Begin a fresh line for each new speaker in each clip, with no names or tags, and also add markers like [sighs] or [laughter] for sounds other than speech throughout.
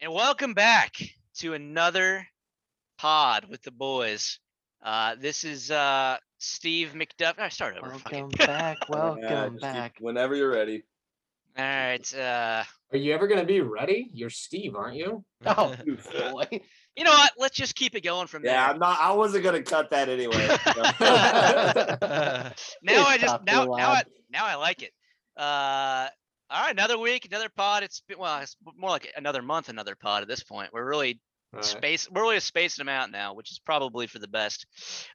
And welcome back to another pod with the boys. Uh, this is uh, Steve McDuff. I start over. fuck it.
Welcome
[laughs]
back.
Yeah,
Welcome
just keep-
back.
Whenever you're ready.
All right. Uh,
Are you ever gonna be ready? You're Steve, aren't you?
[laughs] Oh, boy.
[laughs]
you know what? Let's just keep it going from there.
Yeah, I'm not. I wasn't gonna cut that anyway. [laughs]
now I just
Good job,
now
Bill
now I,
Lab.
now I like it. Uh, all right, another week, another pod. It's been well, it's more like another month, another pod at this point. We're really space, we're really spacing them out now, which is probably for the best.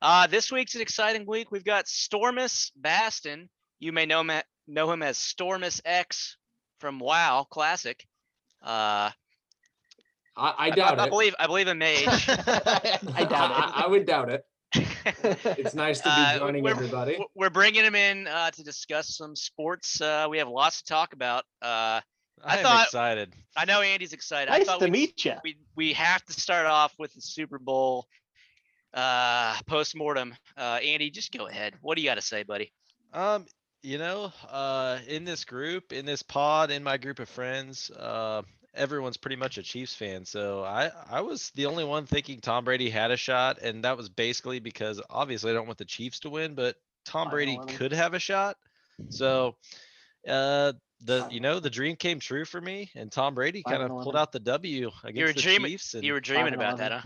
Uh, this week's an exciting week. We've got Stormus Baston. You may know him, a- know him as Stormus X from WoW Classic. Uh,
I, I
I-
doubt
I,
it.
believe I believe a mage.
[laughs]
I doubt
[laughs] I, I would doubt it.
[laughs] it.
It's nice to be
Uh,
joining
we're-
everybody.
w- we're bringing him in uh, to discuss some sports. Uh, we have lots to talk about. Uh, I
I am
thought-
excited.
I know Andy's excited. I
Nice
thought
to
we,
meet you.
we we have to start off with the Super Bowl uh postmortem. Uh Andy, just go ahead. What do you got to say, buddy?
Um, you know, uh, in this group, in this pod, in my group of friends, uh, everyone's pretty much a Chiefs fan. So I, I was the only one thinking Tom Brady had a shot, and that was basically because obviously I don't want the Chiefs to win, but Tom
I don't
Brady
want 'em.
could have a shot. So, uh, the you know the dream came true for me, and Tom Brady
Five
kind
and
of pulled
11.
out the W
were
against the
dreaming-
Chiefs. And
You were dreaming
and
about that, huh?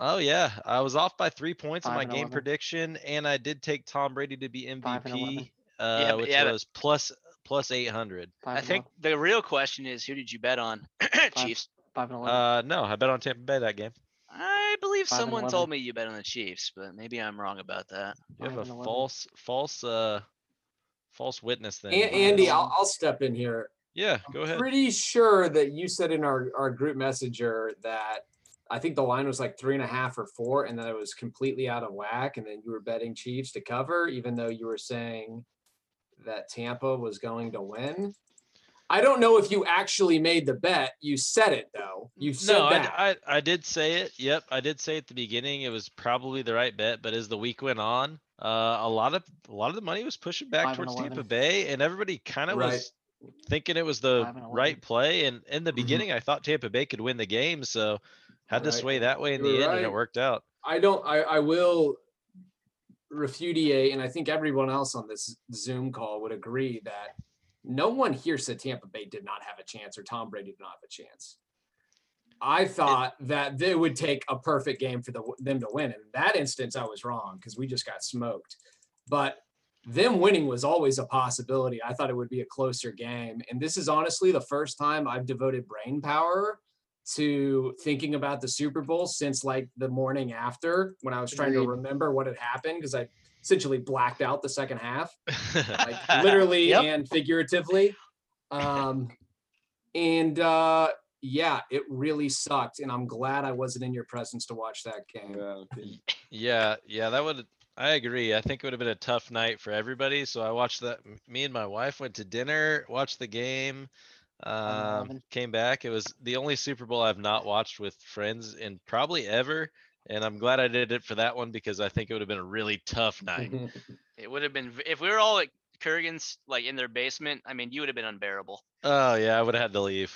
Oh yeah, I was off by three points in
Five
my
and
game
11.
prediction, and I did take Tom Brady to be
Five and 11.
MVP,
Yeah,
uh,
but-
which
yeah, but-
was plus plus eight hundred.
Five
I
and
think the real question is who did you bet on? [clears throat] Chiefs.
eleven, Five and eleven.
Uh, no, I bet on Tampa Bay that game.
I believe
Five and
someone told me you bet on the Chiefs, but maybe I'm wrong about that.
You have
Five
a
and 11.
false false uh false witness
A-
thing. going on.
Andy, I'll, I'll step in here.
yeah, go ahead.
Pretty sure that you said in our, our group messenger that I think the line was like three and a half or four, and that it was completely out of whack. And then you were betting Chiefs to cover, even though you were saying that Tampa was going to win. I don't know if you actually made the bet. You said it though. You said
No,
that.
I, I I did say it. Yep, I did say at the beginning it was probably the right bet, but as the week went on, uh, a lot of a lot of the money was pushing back
Five and
towards Tampa
11.
Bay, and everybody kind of
Right.
was thinking it was the
Five and 11.
right play. And in the
Mhm.
beginning, I thought Tampa Bay could win the game, so had to
Right.
sway that way in
You
the
were
end, and it
right.
worked out.
I don't. I, I will refudiate, and I think everyone else on this Zoom call would agree that no one here said Tampa Bay did not have a chance or Tom Brady did not have a chance. I thought that they would take a perfect game for the, them to win. And in that instance, I was wrong because we just got smoked. But them winning was always a possibility. I thought it would be a closer game. And this is honestly the first time I've devoted brain power to thinking about the Super Bowl since like the morning after when I was trying to
Agreed.
remember what had happened because I essentially blacked out the second half
[laughs]
like literally
Yep.
and figuratively. Um, and uh, yeah, it really sucked, and I'm glad I wasn't in your presence to watch that game.
[laughs]
yeah, yeah, that would. I agree. I think it would have been a tough night for everybody. So I watched that. m- Me and my wife went to dinner, watched the game, um,
11.
came back. It was the only Super Bowl I've not watched with friends in probably ever. And I'm glad I did it for that one because I think it would have been a really tough night.
Mm-hmm.
It would have been v- if we were all at Kurgan's like in their basement, I mean, you would have been unbearable.
Oh yeah, I would have had to leave.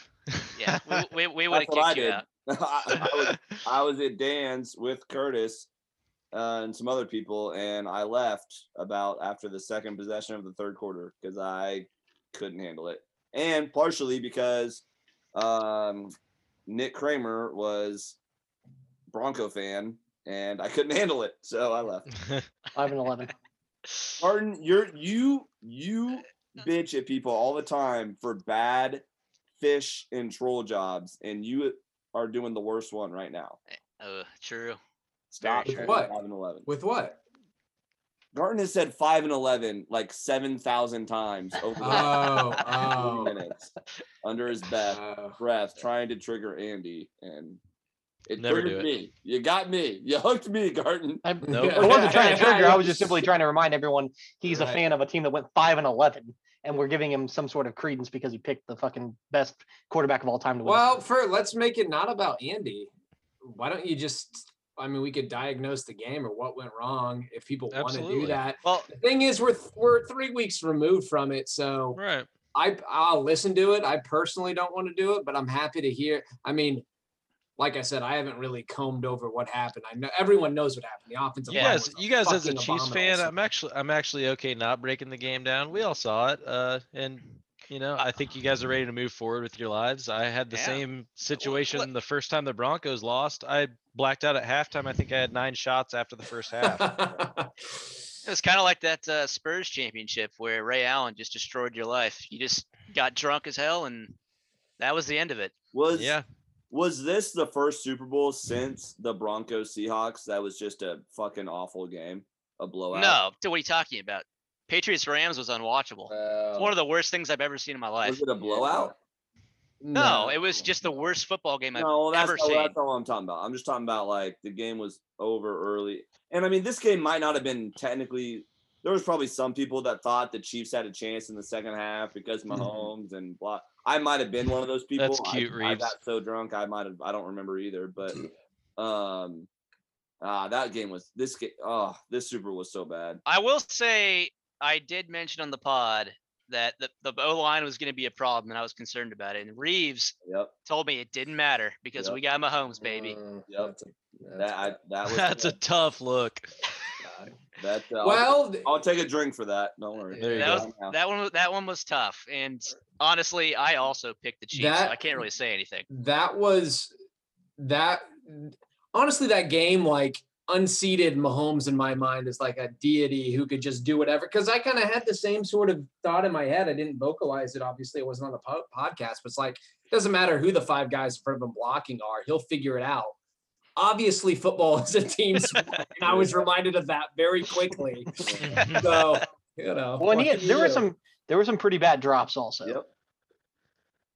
Yeah. We, we, we would have
That's what I
kicked you
did.
out.
[laughs] I, I was, I was at Dan's with Curtis uh, and some other people, and I left about after the second possession of the third quarter because I couldn't handle it, and partially because um, Nick Kramer was Bronco fan, and I couldn't [laughs] handle it, so I left.
[laughs]
Five
[laughs]
and eleven.
Martin, you're you
Uh,
you bitch at people all the time for bad fish and troll jobs, and you are doing the worst one right now.
Oh, true.
Stop
Very
saying
true. What?
five and eleven.
[laughs] With what?
Garton has said five and eleven like seven thousand times over the last
Oh,
20
oh,
minutes under his breath,
oh.
breath, trying to trigger Andy, and it
Never do
triggered
it.
me. You got me. You hooked me, Garton.
I,
Nope.
I wasn't trying to trigger. I was
[laughs]
just
Yes.
simply trying to remind everyone he's a
Right.
fan of a team that went five and eleven, and we're giving him some sort of credence because he picked the fucking best quarterback of all time to win. the
Well,
Super
for let's make it not about Andy. Why don't you just? I mean, we could diagnose the game or what went wrong if people want to do
Absolutely.
that.
Well,
The thing is, we're th- we're three weeks removed from it, so
right.
I I'll listen to it. I personally don't want to do it, but I'm happy to hear. I mean, like I said, I haven't really combed over what happened. I know everyone knows what happened. The offensive line
Yes,
was
you guys as a
fucking
Chiefs
abominable.
fan, I'm actually I'm actually okay not breaking the game down. We all saw it, uh, and you know I think you guys are ready to move forward with your lives. I had the
Yeah.
same situation the first time the Broncos lost. I blacked out at halftime. I think I had nine shots after the
[laughs]
first half.
It was kind of like that uh, Spurs championship where Ray Allen just destroyed your life. You just got drunk as hell, and that was the end of it.
Was
yeah,
was this the first Super Bowl since the Broncos Seahawks that was just a fucking awful game, a blowout?
No, dude, what are you talking about? Patriots Rams was unwatchable. It's one
Well,
of the worst things I've ever seen in my life.
was it a blowout?
No, it was just the worst football game I've
No, that's
ever
not,
seen.
that's not what I'm talking about. I'm just talking about like the game was over early, and I mean this game might not have been technically. There was probably some people that thought the Chiefs had a chance in the second half
[laughs]
because Mahomes and blah. I might have been one of those people.
Mm-hmm. That's
I-
cute,
I
Reeves.
got so drunk, I might have. I don't remember either, but um, ah, that game was this game. Oh, this Super was so bad.
I will say I did mention on the pod that the, the O line was going to be a problem, and I was concerned about it. And Reeves
Yep,
told me it didn't matter because
Yep.
we got Mahomes, baby.
Yep. that I,
[laughs]
that was
that's a tough look.
that. Uh, well,
well,
I'll, take a drink for that. Don't worry.
There you
That
go.
was [laughs] that one. wa- That one was tough, and honestly, I also picked the Chiefs. so
That-
I can't really say anything.
that was that honestly that game like unseated Mahomes in my mind is like a deity who could just do whatever because I kind of had the same sort of thought in my head I didn't vocalize it obviously it wasn't on the po- podcast but it's like it doesn't matter who the five guys in front of him blocking are he'll figure it out obviously football is a team sport and I was reminded of that very quickly so you know
Well, and
what
he had,
can you
there were
do?
some there were some pretty bad drops also.
Yep.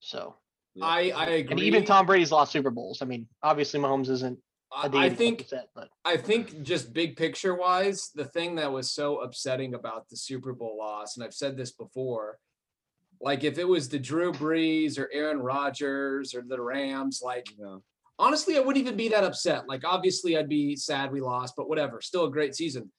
So
I I agree
and even Tom Brady's lost Super Bowls. I mean, obviously Mahomes isn't.
I,
a deity,
I
like
think
you said, but
I think just big picture wise, the thing that was so upsetting about the Super Bowl loss, and I've said this before, like if it was the Drew Brees or Aaron Rodgers or the Rams, like
Yeah.
honestly, I wouldn't even be that upset. Like obviously, I'd be sad we lost, but whatever, still a great season.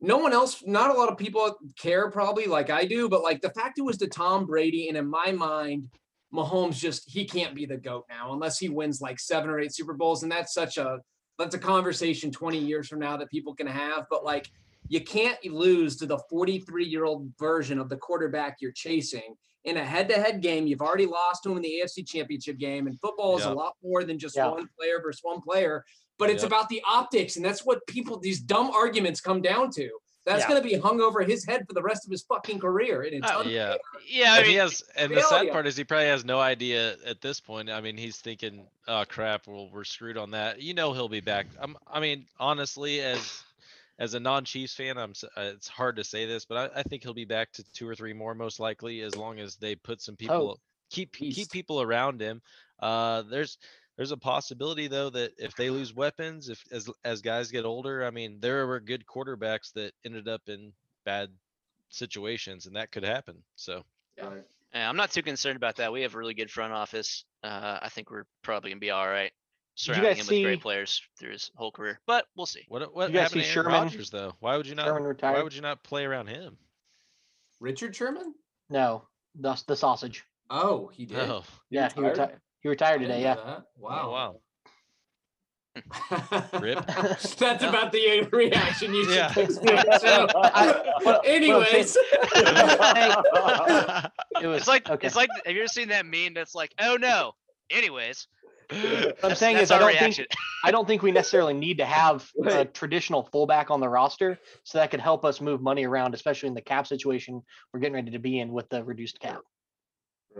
No one else, not a lot of people care probably like I do, but like the fact it was to Tom Brady, and in my mind, Mahomes just he can't be the goat now unless he wins like seven or eight Super Bowls, and that's such a that's a conversation 20 years from now that people can have, but like you can't lose to the 43 year old version of the quarterback you're chasing in a head to head game. You've already lost to him in the AFC championship game, and football is
Yeah.
a lot more than just
Yeah.
one player versus one player, but it's
Yep.
about the optics. And that's what people, these dumb arguments come down to. That's
Yeah.
going to be hung over his head for the rest of his fucking career. And it's
Oh,
un-
Yeah,
Yeah, I
and he
mean,
has, and the sad
reality of
part is he probably has no idea at this point. I mean, he's thinking, "Oh crap, well we're screwed on that." You know, he'll be back. I'm, I mean, honestly, as as a non-Chiefs fan, I'm. s- uh, It's hard to say this, but I, I think he'll be back to two or three more, most likely, as long as they put some
Oh,
people, keep keep
Beast.
people around him. Uh, there's there's a possibility though that if they lose weapons, if as as guys get older, I mean, there were good quarterbacks that ended up in bad situations, and that could happen. So.
Yeah, eh, I'm not too concerned about that. We have a really good front office. Uh, I think we're probably gonna be all right.
you
Surrounding him
guys
with
see-
great players through his whole career, but we'll see.
What uh, what
You guys
happened
see
to Aaron
Sherman?
Rodgers though? Why would you not?
Sherman
Why
retired.
would you not play around him?
Richard Sherman?
no, the the sausage.
Oh, he did.
Oh,
Yeah, he
retired?
retired. He retired
I didn't
today.
know [laughs]
Yeah.
that. Wow.
wow, wow. [laughs] Rip.
[laughs] That's about the reaction you should
Yeah.
expect. [laughs] So,
what I'm
anyways,
[laughs] It was
It's like
okay.
it's like have you ever seen that meme that's like, oh no. Anyways,
what I'm saying
that's
is I
our
don't
reaction.
think I don't think we necessarily need to have a
Wait.
traditional fullback on the roster, so that could help us move money around, especially in the cap situation we're getting ready to be in with the reduced cap.
[laughs]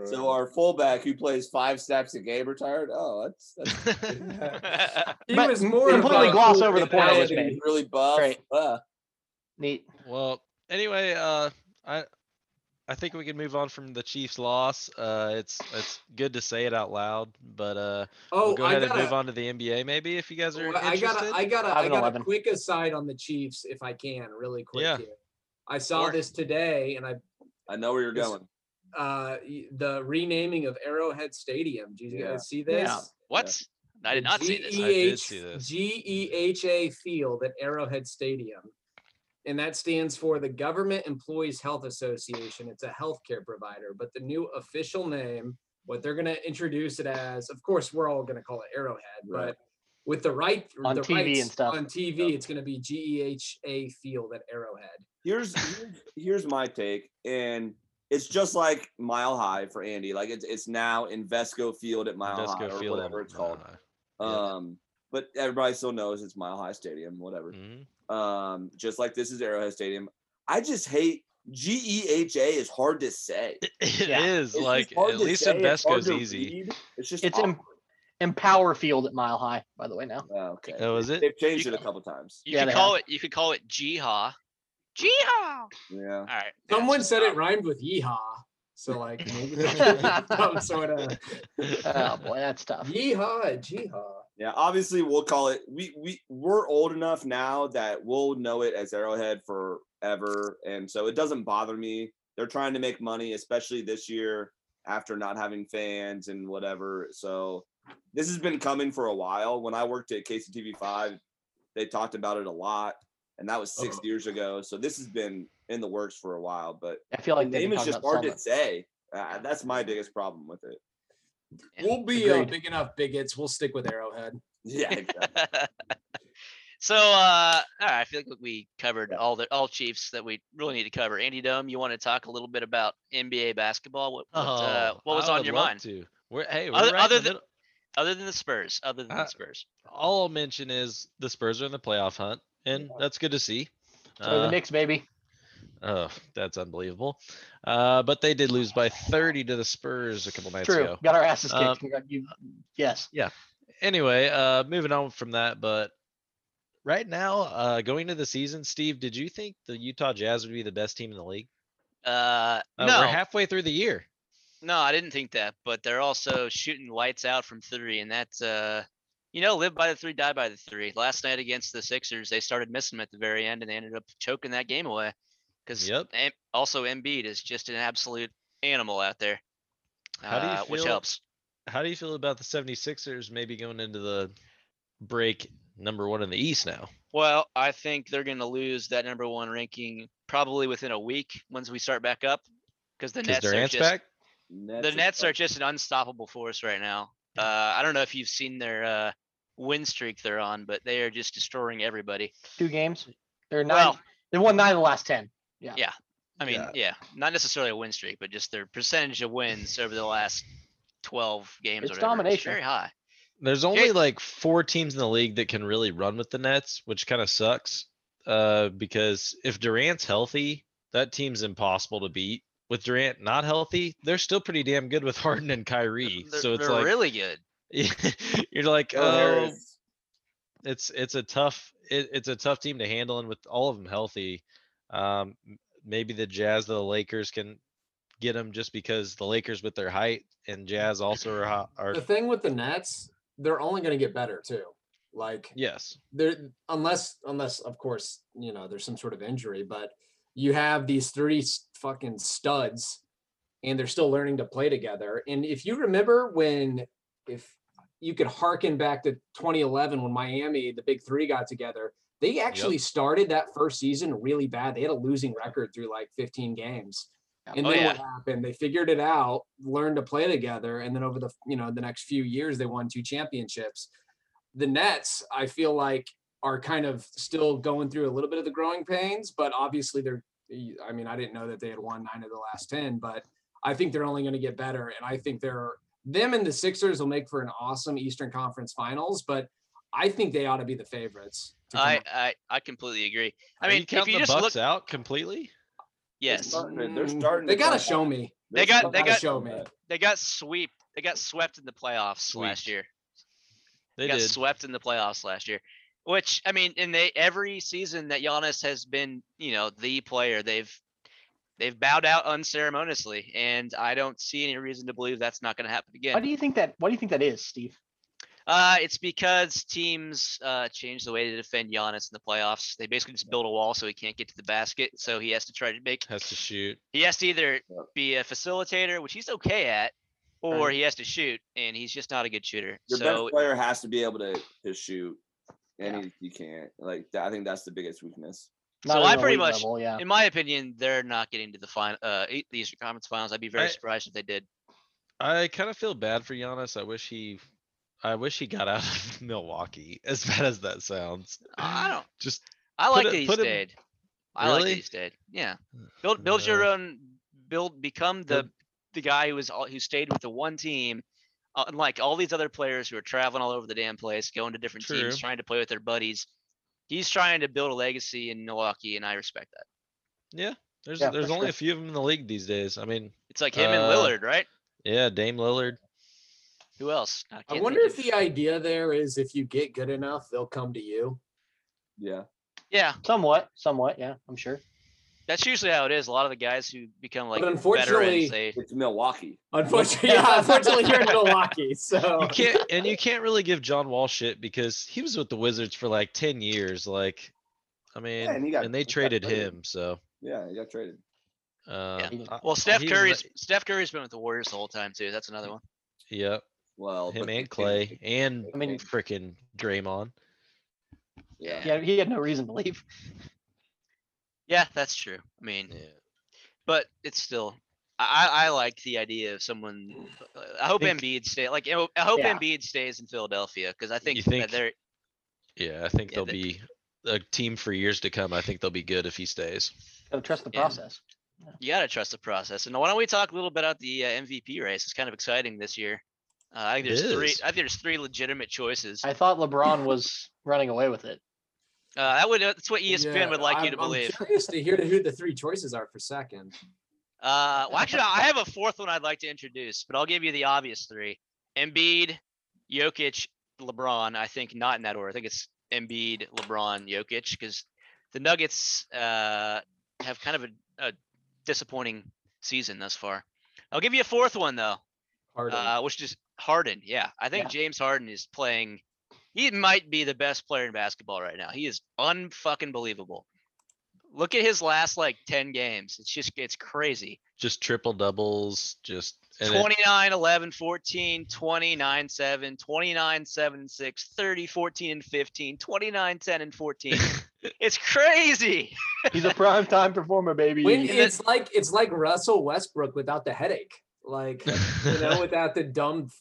So our fullback who plays five snaps a game retired. Oh, that's that's
uh,
[laughs]
he
But
was more
completely
about
gloss
who
over the
did
point I
that
just
than-
made.
really buff.
Right.
Uh,
Neat.
[laughs] well, anyway, uh, I I think we can move on from the Chiefs' loss. Uh, it's it's good to say it out loud, but uh,
Oh,
we'll go
I
ahead
gotta,
and move on to the NBA maybe if you guys are
Well, I
interested.
gotta, I gotta, I
Eleven,
got a
eleven.
quick aside on the Chiefs if I can, really quick.
Yeah.
Here. I saw
Sure.
this today, and I
I know where you're
This-
going.
uh y- the renaming of Arrowhead Stadium. Do you
Yeah.
guys see this?
Yeah.
What? I did
The E
not see this.
I did see
GEH
this.
GEHA E Field at Arrowhead Stadium. And that stands for the Government Employees Health Association. It's a healthcare provider, but the new official name what they're going to introduce it as. Of course, we're all going to call it Arrowhead,
Right.
but with the right
On
the
TV and
rights
stuff.
on TV, it's going to be GEHA Field at Arrowhead.
Here's here's- here's my take, and it's just like Mile High for Andy. Like it's it's now Invesco Field at Mile
Just
High
go
or
feel
whatever
them.
it's called.
Uh, yeah.
Um, but everybody still knows it's Mile High Stadium. Whatever.
mhm.
Um, just like this is Arrowhead Stadium. I just hate GEHA. is hard to say.
It- [laughs] It
Yeah.
is
It's
like
just hard
at
to
least
say, it's hard
Invesco's
to
easy.
read. It's just
It's
it's
em- Empower Field at Mile High, by the way.
[laughs]
Now
okay.
Oh, is it?
They've changed
You
it a
can-
couple times.
You
Yeah,
could
they
call it. You could call it Jiha. Jiha.
Yeah.
All right. yeah,
Someone
just
said it
stop.
rhymed with yeehaw, so like
[laughs]
maybe that's [laughs] some sort of
[laughs] oh boy, that's tough.
yeehaw, jeehaw.
Yeah. Obviously, we'll call it. We we we're old enough now that we'll know it as Arrowhead forever, and so it doesn't bother me. They're trying to make money, especially this year after not having fans and whatever. So this has been coming for a while. When I worked at KCTV five, they talked about it a lot, and that was six
Uh-huh.
Uh-oh.
years ago. So this has been in the works for a while, but
I feel
the
like they've
name
been
is
talking
just
about
hard
selling
to
it.
say. Uh, that's my biggest problem with it. [laughs]
Yeah,
We'll be uh,
agreed.
big enough bigots. We'll stick with Arrowhead.
Yeah, exactly.
[laughs]
so, uh, all right. I feel like we covered
Yeah.
all the all Chiefs that we really need to cover. Andy Dome, you want to talk a little bit about NBA basketball? What what,
[laughs]
uh,
Oh,
what was
I
on
would
your
love
mind
To. We're, hey, we're
Other-
right in
other
the
than-
middle.
other than the Spurs? Other than
Uh,
the Spurs,
all I'll mention is the Spurs are in the playoff hunt, and that's good to see.
So the
Uh,
Knicks, baby.
oh, that's unbelievable. Uh, but they did lose by 30 to the Spurs a couple nights
True.
ago.
Got our asses
Uh,
kicked. Got you- yes.
Anyway, uh, moving on from that, but right now, uh, going into the season, Steve, did you think the Utah Jazz would be the best team in the league?
uh,
Uh,
no,
We're halfway through the year.
no, I didn't think that. But they're also shooting lights out from three, and that's uh, you know, live by the three, die by the three. Last night against the Sixers, they started missing them at the very end, and they ended up choking that game away. Because
Yep.
also Embiid is just an absolute animal out there.
How do you
uh, which
feel-
helps.
How do you feel about the 76ers maybe going into the break number one in the East now?
Well, I think they're going to lose that number one ranking probably within a week once we start back up, because the
Because
Nets are
Durant's
just
back?
the Nets are just an unstoppable force right now. Uh, I don't know if you've seen their uh, win streak they're on, but they are just destroying everybody.
Two games. They're nine.
Well,
they won nine of the last ten.
I mean, yeah.
Yeah.
not necessarily a win streak, but just their percentage of wins over the last twelve games. or
It's
whatever. It's
domination.
very high.
There's only like four teams in the league that can really run with the Nets, which kind of sucks. Uh, because if Durant's healthy, that team's impossible to beat. With Durant not healthy, they're still pretty damn good with [laughs] Harden and Kyrie.
They're,
so it's
they're
like
really good.
[laughs] you're like,
Joe
oh,
Harris.
it's it's a tough it, it's a tough team to handle, and with all of them healthy, um, m- maybe the Jazz, or the Lakers can get them just because the Lakers with their height and Jazz also are, ho- are
The thing with the Nets, they're only going to get better too. Like
yes,
there unless unless of course you know there's some sort of injury but you have these three s- fucking studs and they're still learning to play together and if you remember when if you could harken back to 2011 when miami the big three got together they actually started that first season really bad they had a losing record through like 15 games
Yeah.
and
Oh,
then what happened they figured it out learned to play together and then over the you know the next few years they won two championships the Nets, I feel like are kind of still going through a little bit of the growing pains, but obviously they're I mean, I didn't know that they had won nine of the last 10, but I think they're only going to get better. And I think they're them and the Sixers will make for an awesome Eastern Conference finals, but I think they ought to be the favorites. to come
I,
out.
I I completely agree. I
Are
mean,
you
if
counting
you
the
just
Bucks
look,
out completely.
They're
yes,
starting to- They're
Mm,
starting.
They
to
got to
come
show
back.
me.
They
They're
got-
starting
they
to
got-
come
show me.
back.
they got sweep. They got swept in the playoffs last
Sweeped.
year.
They
got
did.
swept in the playoffs last year. Which I mean, and they every season that Giannis has been, you know, the player, they've they've bowed out unceremoniously, and I don't see any reason to believe that's not going to happen
Why
again.
do you think that? Why do you think that is, Steve?
uh, it's because teams uh, change the way to defend Giannis in the playoffs. They basically just build a wall so he can't get to the basket, so he has to try to make
Has to shoot.
he has to either
Yep.
be a facilitator, which he's okay at, or
Right.
he has to shoot, and he's just not a good shooter.
Your
so
best player has to be able to to shoot, and
Yeah.
he, he can't. Like that, I think that's the biggest weakness.
So
at
I
an
pretty
elite
much-
level, yeah.
uh, in my opinion, they're not getting to the final, uh, e- the Eastern Conference Finals. I'd be very
I-
surprised if they did.
I kind of feel bad for Giannis. I wish he, I wish he got [laughs] out of Milwaukee. As bad as that sounds,
I don't.
just
I
Put
like
it-
that he
put him-
stayed. I like that
Really?
he stayed. Yeah. Build build your
No.
own. Build become the the guy who was all who stayed with the one team. uh, Unlike all these other players who are traveling all over the damn place, going to different
True.
teams, trying to play with their buddies. He's trying to build a legacy in Milwaukee, and I respect that.
yeah. There's
Yeah,
there's
for
only
sure.
a few of them in the league these days. I mean,
It's like him and
Uh,
Lillard, right?
yeah, Dame Lillard.
Who else? I,
I
can't
wonder
think
if
of-
the idea there is if you get good enough, they'll come to you.
Yeah.
yeah,
Somewhat, somewhat, yeah, I'm sure.
that's usually how it is. A lot of the guys who become like
unfortunately-
veterans, they
It's Milwaukee.
Unfortunately, [laughs] yeah, unfortunately, you're in Milwaukee, so
Oh,
You can't
[laughs]
and you can't really give John Wall shit because he was with the Wizards for like ten years. Like, I mean,
and
and,
he got- he
they
got
traded
traded.
him. So,
Yeah, he got traded.
uh,
Yeah.
I-
well, Steph
he was
Curry's
like-
Steph Curry's been with the Warriors the whole time too. That's another one.
yeah,
Well,
him
but-
and Clay and
I mean-
freaking Draymond.
Yeah.
Yeah, he had no reason to leave.
Yeah, that's true. I mean,
Yeah.
but it's still I, I I like the idea of someone. I hope
Think-
Embiid stay like I hope- I hope
Yeah.
Embiid stays in Philadelphia because I think,
think-
that they're
Yeah, I think
Yeah,
they'll
the-
be a team for years to come. I think they'll be good if he stays.
So trust the
Yeah.
process.
you gotta trust the process. And why don't we talk a little bit about the uh, MVP race? It's kind of exciting this year. Uh, I think
It
there's three.
is.
I think there's three legitimate choices. Uh,
I thought LeBron was running away with it.
that Uh, would that's what E ESPN
Yeah,
would like you to
I'm-
believe.
I'm curious to hear who the three choices are for second.
Uh, well, actually, I have a fourth one I'd like to introduce, but I'll give you the obvious three: Embiid, Jokic, LeBron. I think not in that order. I think it's Embiid, LeBron, Jokic, because the Nuggets uh, have kind of a, a disappointing season thus far. I'll give you a fourth one though,
Harden.
uh, which is Harden. Yeah, I think
Yeah.
James Harden is playing. He might be the best player in basketball right now. He is unfucking believable. Look at his last like ten games. It's just it's crazy.
Just triple doubles, just and [laughs] then-
29 11 14 29 7 29 7 6 30 14 and 15 29 10 and 14 it's crazy
He's
[laughs]
a prime time performer, baby.
when it's like it's like Russell Westbrook without the headache, like you
[laughs]
know, without the dumb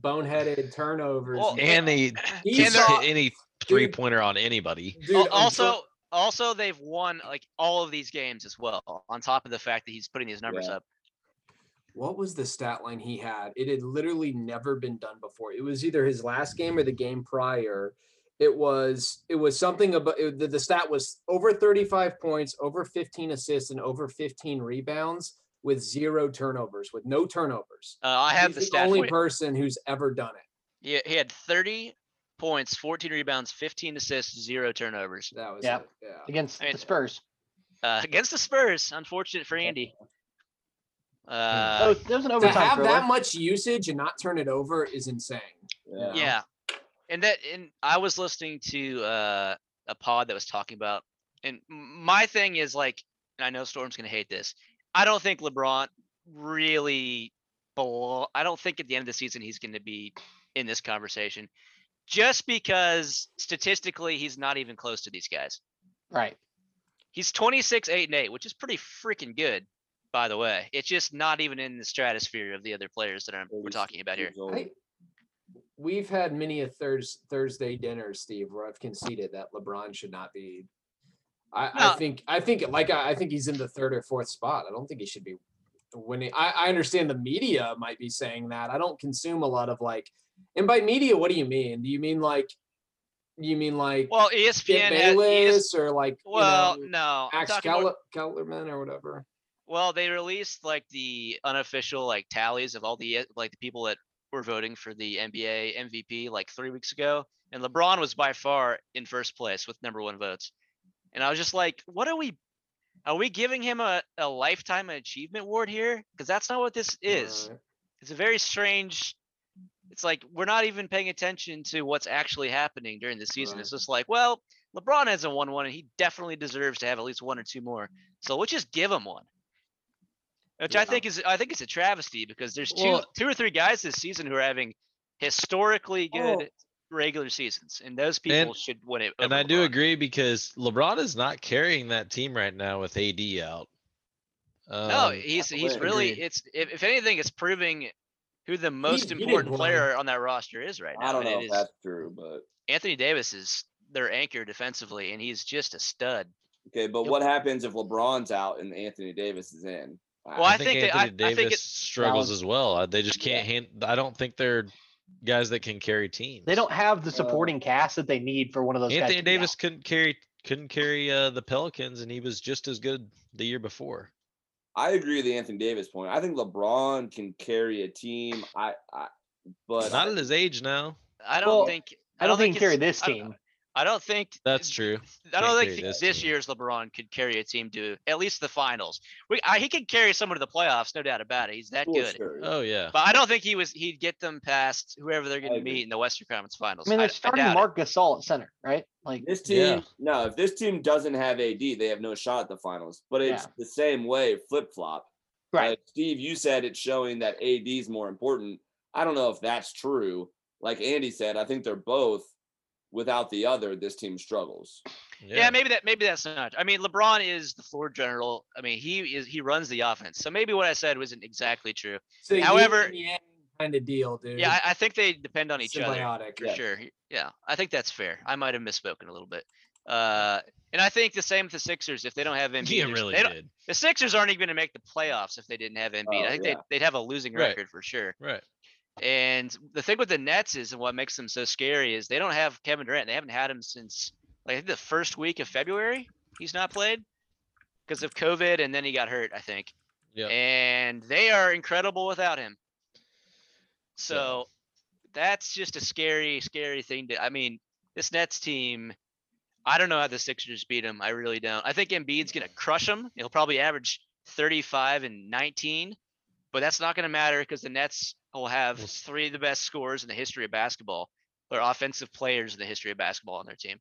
boneheaded turnovers.
Well,
and they
He
can't
saw-
hit any three pointer on anybody.
Dude,
Al-
I'm
also
sure-
also they've won like all of these games as well on top of the fact that he's putting these numbers
Yeah.
up
what was the stat line he had? It had literally never been done before. It was either his last game or the game prior. It was it was something about it- the, the stat was over 35 points, over 15 assists, and over 15 rebounds with zero turnovers, with no turnovers.
uh, i have
He's
the
the
stat for
only
you.
person who's ever done it.
he, he had 30 points 14 rebounds 15 assists 0 turnovers
That was
Yeah.
it. Yeah.
against
I mean-
the Spurs.
uh, against the spurs unfortunate for andy uh,
oh, there was an
To
overtime.
have
thriller.
that much usage and not turn it over is insane.
Yeah.
Yeah. And that and I was listening to uh a pod that was talking about and m- my thing is like and I know Storm's going to hate this. I don't think LeBron really belo- I don't think at the end of the season he's going to be in this conversation just because statistically he's not even close to these guys.
Right.
He's 26 8 and 8, which is pretty freaking good by the way. It's just not even in the stratosphere of the other players that I'm, we're talking about here.
I, we've had many a Thurs, Thursday dinner, Steve, where I've conceded that LeBron should not be. I, I
No.
think I think like I, I think he's in the third or fourth spot. I don't think he should be winning. I, I understand the media might be saying that. I don't consume a lot of like, and by media, what do you mean? Do you mean like, you mean like
Well, E
Skip
ESPN has, ES,
Bayless or like
well,
you
no,
know,
I'm
Max
talking more-
Keller, Kellerman or whatever?
Well, they released like the unofficial like tallies of all the uh, like the people that were voting for the NBA MVP like three weeks ago, and LeBron was by far in first place with number one votes. And I was just like, what are we? Are we giving him a, a lifetime achievement award here? Because that's not what this is.
Alright.
It's a very strange. It's like we're not even paying attention to what's actually happening during the season.
Right.
It's just like, well, LeBron hasn't won one, and he definitely deserves to have at least one or two more. So let's just give him one. Which I
Yeah.
think is I think it's a travesty because there's two
Well-
two or three guys this season who are having historically
Oh.
good regular seasons, and those people
And-
should win it.
And
over
I do
LeBron.
agree because LeBron is not carrying that team right now with AD out.
No,
Um,
he's he's
Absolutely.
really
Agreed.
it's if, if anything, it's proving who the most
he didn't
important
play.
player on that roster is right now.
I don't
and
know
it
if
is-
that's true, but
Anthony Davis is their anchor defensively, and he's just a stud.
okay. But
Yep.
what happens if LeBron's out and Anthony Davis is in?
Well, I think they- I-
Anthony
I think
Davis
it-
struggles
Balance.
as well. Uh, They just can't hand. I don't think they're guys that can carry teams.
They don't have the
Uh,
supporting cast that they need for one of those. guys
Anthony
to be out.
Davis couldn't carry couldn't carry uh, the Pelicans, and he was just as good the year before.
I agree with the Anthony Davis point. I think LeBron can carry a team. I, I but
Not at his age now.
I don't
Well,
think.
I don't think he
it's-
carried this
I don't-
team.
I don't think
That's true.
I don't
Can't
think
carry
thi-
this
this,
team.
year's LeBron could carry a team to at least the finals. We, I, he could carry someone to the playoffs, no doubt about it. He's that
for
good.
sure.
Oh yeah.
But I don't think he was. He'd get them past whoever they're going to
agree.
meet in the Western Conference Finals.
I mean, they're
doubt
starting
it.
Mark Gasol at center, right? Like,
This team,
Yeah.
no, if this team doesn't have AD, they have no shot at the finals. But it's
Yeah.
the same way flip flop.
Right.
Like, Steve, you said it's showing that AD is more important. I don't know if that's true. Like Andy said, I think they're both. Without the other, this team struggles.
Yeah. maybe that. Maybe that's not. I mean, LeBron is the floor general. I mean, he is. He runs the offense. So maybe what I said wasn't exactly true.
So
However-
kind of deal, dude.
Yeah, I, I think they depend on each other.
symbiotic.
for sure. He- Yeah, I think that's fair. I might have misspoken a little bit. Uh, and I think the same with the Sixers. If they don't have Embiid,
Yeah,
there's-
really
they don't-
did.
the Sixers aren't even going to make the playoffs if they didn't have Embiid.
Oh,
I think
yeah.
they'd, they'd have a losing
Right.
record for sure.
Right.
And the thing with the Nets is, and what makes them so scary is they don't have Kevin Durant. They haven't had him since like I think the first week of February. He's not played because of COVID, and then he got hurt, I think.
Yeah.
And they are incredible without him.
So-
So that's just a scary, scary thing to. I mean, this Nets team. I don't know how the Sixers beat them. I really don't. I think Embiid's gonna crush them. He'll probably average 35 and 19, but that's not gonna matter because the Nets will have
We'll s-
three of the best scorers in the history of basketball, or offensive players in the history of basketball on their team.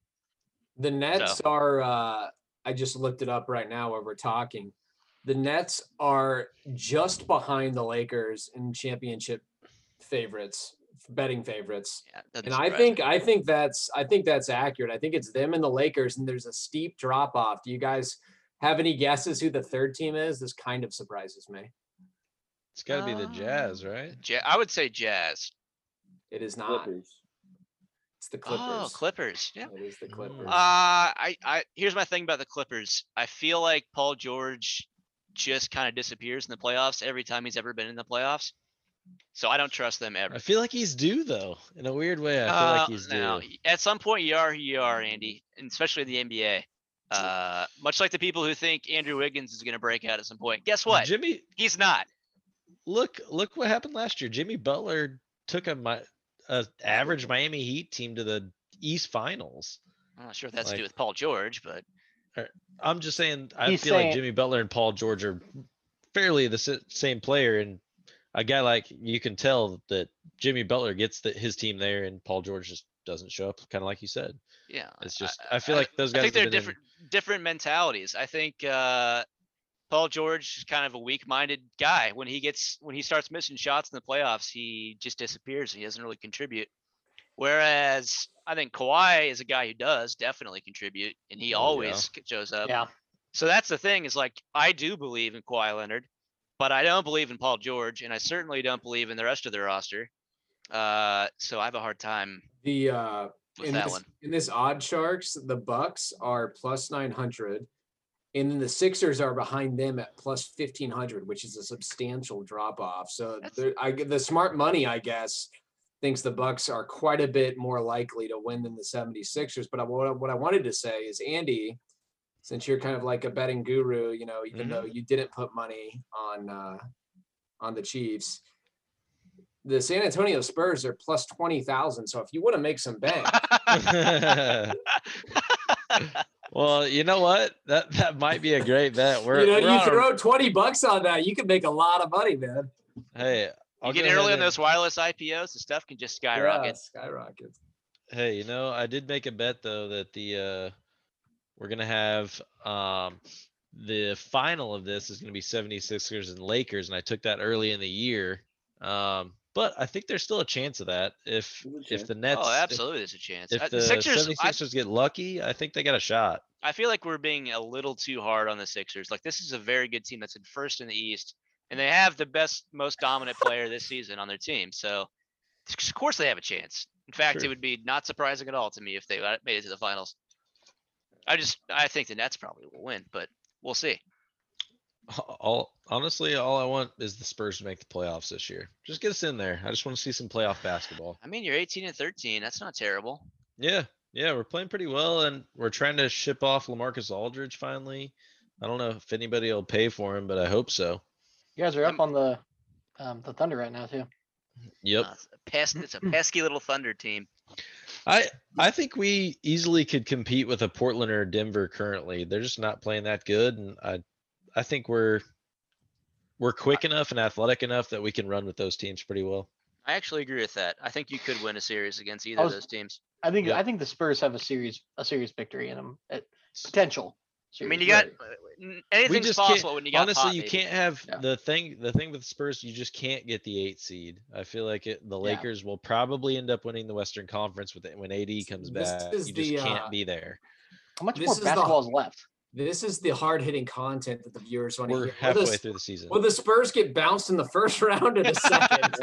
The Nets are. Uh, I just looked it up right now while we're talking. The Nets are just behind the Lakers in championship favorites, betting favorites.
Yeah, doesn't
And I
surprise me.
think I think that's I think that's accurate. I think it's them and the Lakers, and there's a steep drop off. Do you guys have any guesses who the third team is? This kind of surprises me.
It's got to be the Jazz,
Ah.
right?
Ja- I would say Jazz.
It is
Uh,
not.
Clippers.
It's the Clippers.
Oh, Clippers. Yeah.
It is the
Mm.
Clippers.
Uh, I, I here's my thing about the Clippers. I feel like Paul George just kind of disappears in the playoffs every time he's ever been in the playoffs. So I don't trust them ever.
I feel like he's due though. In a weird way, I feel
Uh,
like he's due.
no, y- At some point, you are who you are, Andy, and especially in the NBA. Uh, much like the people who think Andrew Wiggins is going to break out at some point. Guess what?
Jimmy,
He's not.
look, look what happened last year. Jimmy Butler took a my a average Miami Heat team to the East Finals.
I'm not sure if that's to do
Like-
with Paul George, but
I'm just saying, I
He's
feel
saying-
like Jimmy Butler and Paul George are fairly the sa- same player, and a guy like you can tell that Jimmy Butler gets the, his team there, and Paul George just doesn't show up, kind of like you said.
yeah,
It's just I, feel like those guys.
I think they're
have been in-
different different mentalities. I think uh, Paul George is kind of a weak-minded guy. When he gets when he starts missing shots in the playoffs, he just disappears. He doesn't really contribute. Whereas I think Kawhi is a guy who does definitely contribute, and he
Oh, yeah.
always c- shows up.
yeah,
So that's the thing is like I do believe in Kawhi Leonard, but I don't believe in Paul George, and I certainly don't believe in the rest of their roster. Uh, so I have a hard time
the uh,
with
in
that
this,
one.
In this odd sharks, the Bucks are plus nine hundred, and then the Sixers are behind them at plus fifteen hundred, which is a substantial drop off. So
That's-
there, I g- the smart money, I guess, thinks the Bucks are quite a bit more likely to win than the 76ers. But I, what, I- what I wanted to say is, Andy, since you're kind of like a betting guru, you know, even
Mhm.
Mm-hmm.
though you didn't put money on uh, on the Chiefs. The San Antonio Spurs are plus twenty thousand. So if you want to make some bank,
[laughs]
well, you know what? That that might be a
[laughs]
great bet. We're,
you know,
we're on
you
a-
throw 20 bucks on that, you can make a lot of money, man.
hey, I'll
you get
go
early
ahead
on
and-
those wireless IPOs, the stuff can just
Yeah,
skyrocket.
skyrocket.
Hey, you know, I did make a bet though that the uh we're gonna have um the final of this is gonna be 76ers and Lakers, and I took that early in the year. Um, but I think there's still a chance of that if
There's a
if the Nets
oh,
if-
absolutely, there's a chance.
If,
I-
the
the Sixers, I,
76ers get lucky, I think they got a shot.
I feel like we're being a little too hard on the Sixers. Like this is a very good team that's in first in the East, and they have the best, most dominant player this season on their team. So, of course, they have a chance. In fact,
Sure.
it would be not surprising at all to me if they got- made it to the finals. I just, I think the Nets probably will win, but we'll see.
[laughs] All honestly, all I want is the Spurs to make the playoffs this year. Just get us in there. I just want to see some playoff basketball.
I mean, you're 18 and 13. That's not terrible.
Yeah, yeah, we're playing pretty well, and we're trying to ship off Lamarcus Aldridge finally. I don't know if anybody will pay for him, but I hope so.
You guys are up
Um,
on the um, the Thunder right now too.
Yep.
Uh, it's a pest, it's a
[clears throat]
pesky little Thunder team.
I I think we easily could compete with a Portland or Denver currently. They're just not playing that good, and I I think we're we're quick enough and athletic enough that we can run with those teams pretty well.
I actually agree with that. I think you could win a series against either
was-
of those teams.
I think
Yep.
I think the Spurs have a serious a serious victory in them. At potential.
I mean,
serious
you got uh,
victory.
n- anything's
just can't-
possible when you got
Honestly,
Pop,
you
baby.
can't have
Yeah.
the thing the thing with Spurs, you just can't get the eight seed. I feel like it, the Lakers will probably end up winning the Western Conference with it when AD comes
This
back.
is
You just
the, uh,
can't be there.
How much
this
more
is the-
basketball is
[laughs]
left?
This is the hard hitting content that the viewers want to
We're
hear. Will
halfway
the,
through the season.
will the Spurs get bounced in the first [laughs] round or
[laughs]
the second?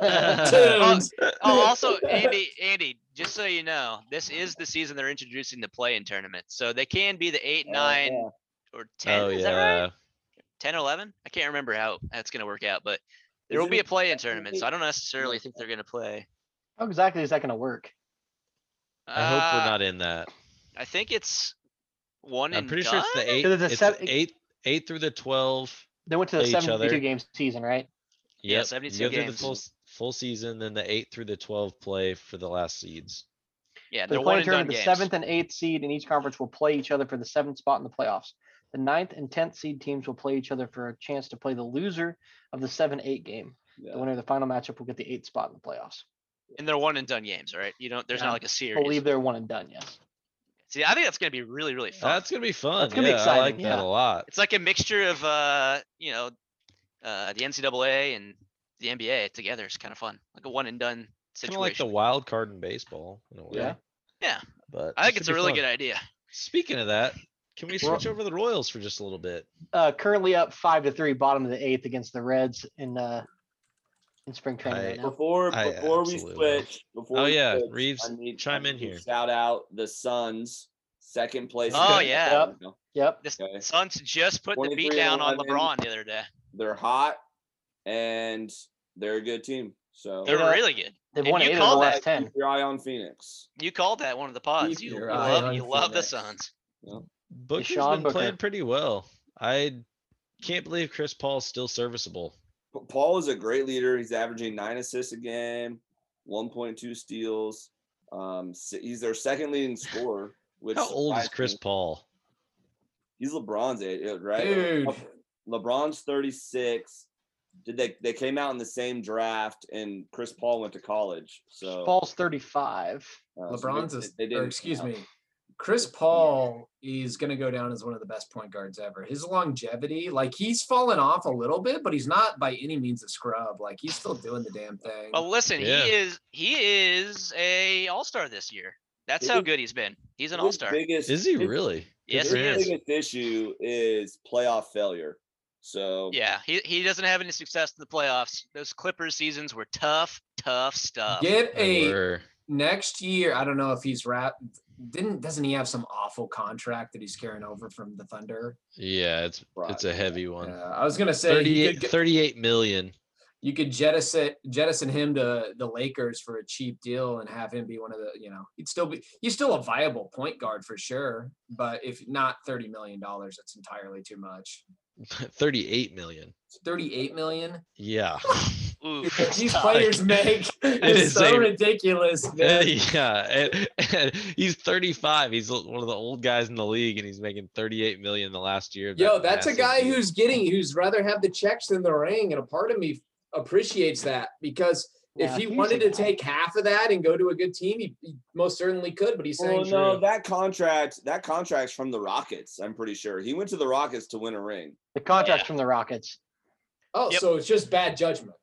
[laughs]
Oh,
Tunes.
oh, also, Andy, Andy, just so you know, this is the season they're introducing the play-in tournament, so they can be the eight,
Oh,
nine,
yeah.
or ten.
oh
is that
yeah.
right? Ten or eleven? I can't remember how that's going to work out, but there will
Isn't
be a
it-
play-in tournament, so I
eight?
don't necessarily think they're going to play.
How exactly is that going to work?
I hope
Uh,
we're not in that.
I think it's one.
I'm
and
pretty sure it's
done?
the eight.
Because it's a
It's
seven-
eight eight through the twelve.
They went to the
Play each
seventy-two
other.
game season, right?
Yeah,
Yep, you
72
go through The
games.
full, s- full season, then the eight through the twelve play for the last seeds.
Yeah,
The
they're one
playing
and done
tournament, the
games.
seventh and eighth seed in each conference will play each other for the seventh spot in the playoffs. The ninth and tenth seed teams will play each other for a chance to play the loser of the seven-eight game. The
Yeah.
winner of the final matchup will get the eighth spot in the playoffs.
and they're one and done games, right? You don't. There's
Yeah,
not like a series.
Believe they're one and done. Yes.
See, I think that's going to be really, really fun.
That's gonna be fun.
gonna be
yeah, I like
exciting,
that
yeah.
a lot.
it's like a mixture of uh, you know, uh, the NCAA and the NBA together. It's kind of fun, like a one and done
Kind of like the
situation.
wild card in baseball in a way.
Yeah.
Yeah.
But
I think
this
it's
should
a
be
really
fun.
good idea.
[laughs] Speaking of that, can we
We're-
switch over to the Royals for just a little bit?
Uh, currently up five to three, bottom of the eighth against the Reds in uh in spring training right
I-
now.
Before
I
before we
absolutely
switch, before
Oh,
we
yeah,
switch,
Reeves,
I need-
chime
I
in
need to
here.
Shout out the Suns, second place. in
Oh,
the
yeah.
West.
Yep.
This
Okay.
Suns just put the beat
23
down on
11.
LeBron the other day.
They're hot and they're a good team. So
They're
know,
really good.
They've
If
won
you
eight of the
call that-
last ten.
keep your eye on Phoenix.
You called that one of the pods.
Keep
You, you
your eye
love
on
you love the
Phoenix.
Suns.
Booker's
Sean
been
Booker.
playing pretty well. I can't believe Chris Paul's still serviceable.
Pa- Paul is a great leader. He's averaging nine assists a game, 1.2 steals. Um, s- he's their second leading scorer. Which
How old is
surprised
Chris
me.
Paul?
He's LeBron's age, uh, right?
Dude.
LeBron's 36. Did they they came out in the same draft and Chris Paul went to college. So
Paul's thirty-five.
uh, so they-
LeBron's, a,
they
or
didn't
excuse
count.
me, Chris Paul is going to go down as one of the best point guards ever. His longevity, like he's fallen off a little bit, but he's not by any means a scrub. Like he's still doing the damn thing.
Well, listen,
Yeah.
he is he is a All Star this year. That's
It
how
is-
good he's been. He's an
His
All Star.
biggest-
Is he
his-
really?
Yes,
his
he is.
biggest issue is playoff failure. So
Yeah, he, he doesn't have any success in the playoffs. Those Clippers seasons were tough, tough stuff.
Get
They
a
were-
next year. I don't know if he's wrapped. Didn't doesn't he have some awful contract that he's carrying over from the Thunder?
Yeah, it's it's a heavy one.
Yeah, I was gonna say he could
38,
get-
38 million. [laughs]
you could jettison jettison him to the Lakers for a cheap deal and have him be one of the you know he'd still be he's still a viable point guard for sure, but if not thirty million dollars, that's entirely too much.
38 million.
Thirty eight
[laughs]
million.
Yeah.
Ooh,
Dude,
[laughs]
These
tough.
players make
is
[laughs] it's so
a-
ridiculous.
Yeah,
man.
[laughs] yeah. and- and he's 35. He's l- one of the old guys in the league, and he's making 38 million the last year. of
Yo,
that
that's a
massive
guy
deal.
who's getting who's rather have the checks than the ring, and a part of me appreciates that because. If
Yeah,
he
he's a
wanted to
guy.
take half of that and go to a good team, he, he most certainly could. But he's saying,
Well, no,
true.
that contract that contract's from the Rockets. I'm pretty sure he went to the Rockets to win a ring.
The contracts from the Rockets.
Oh,
Yep.
so it's just bad judgment.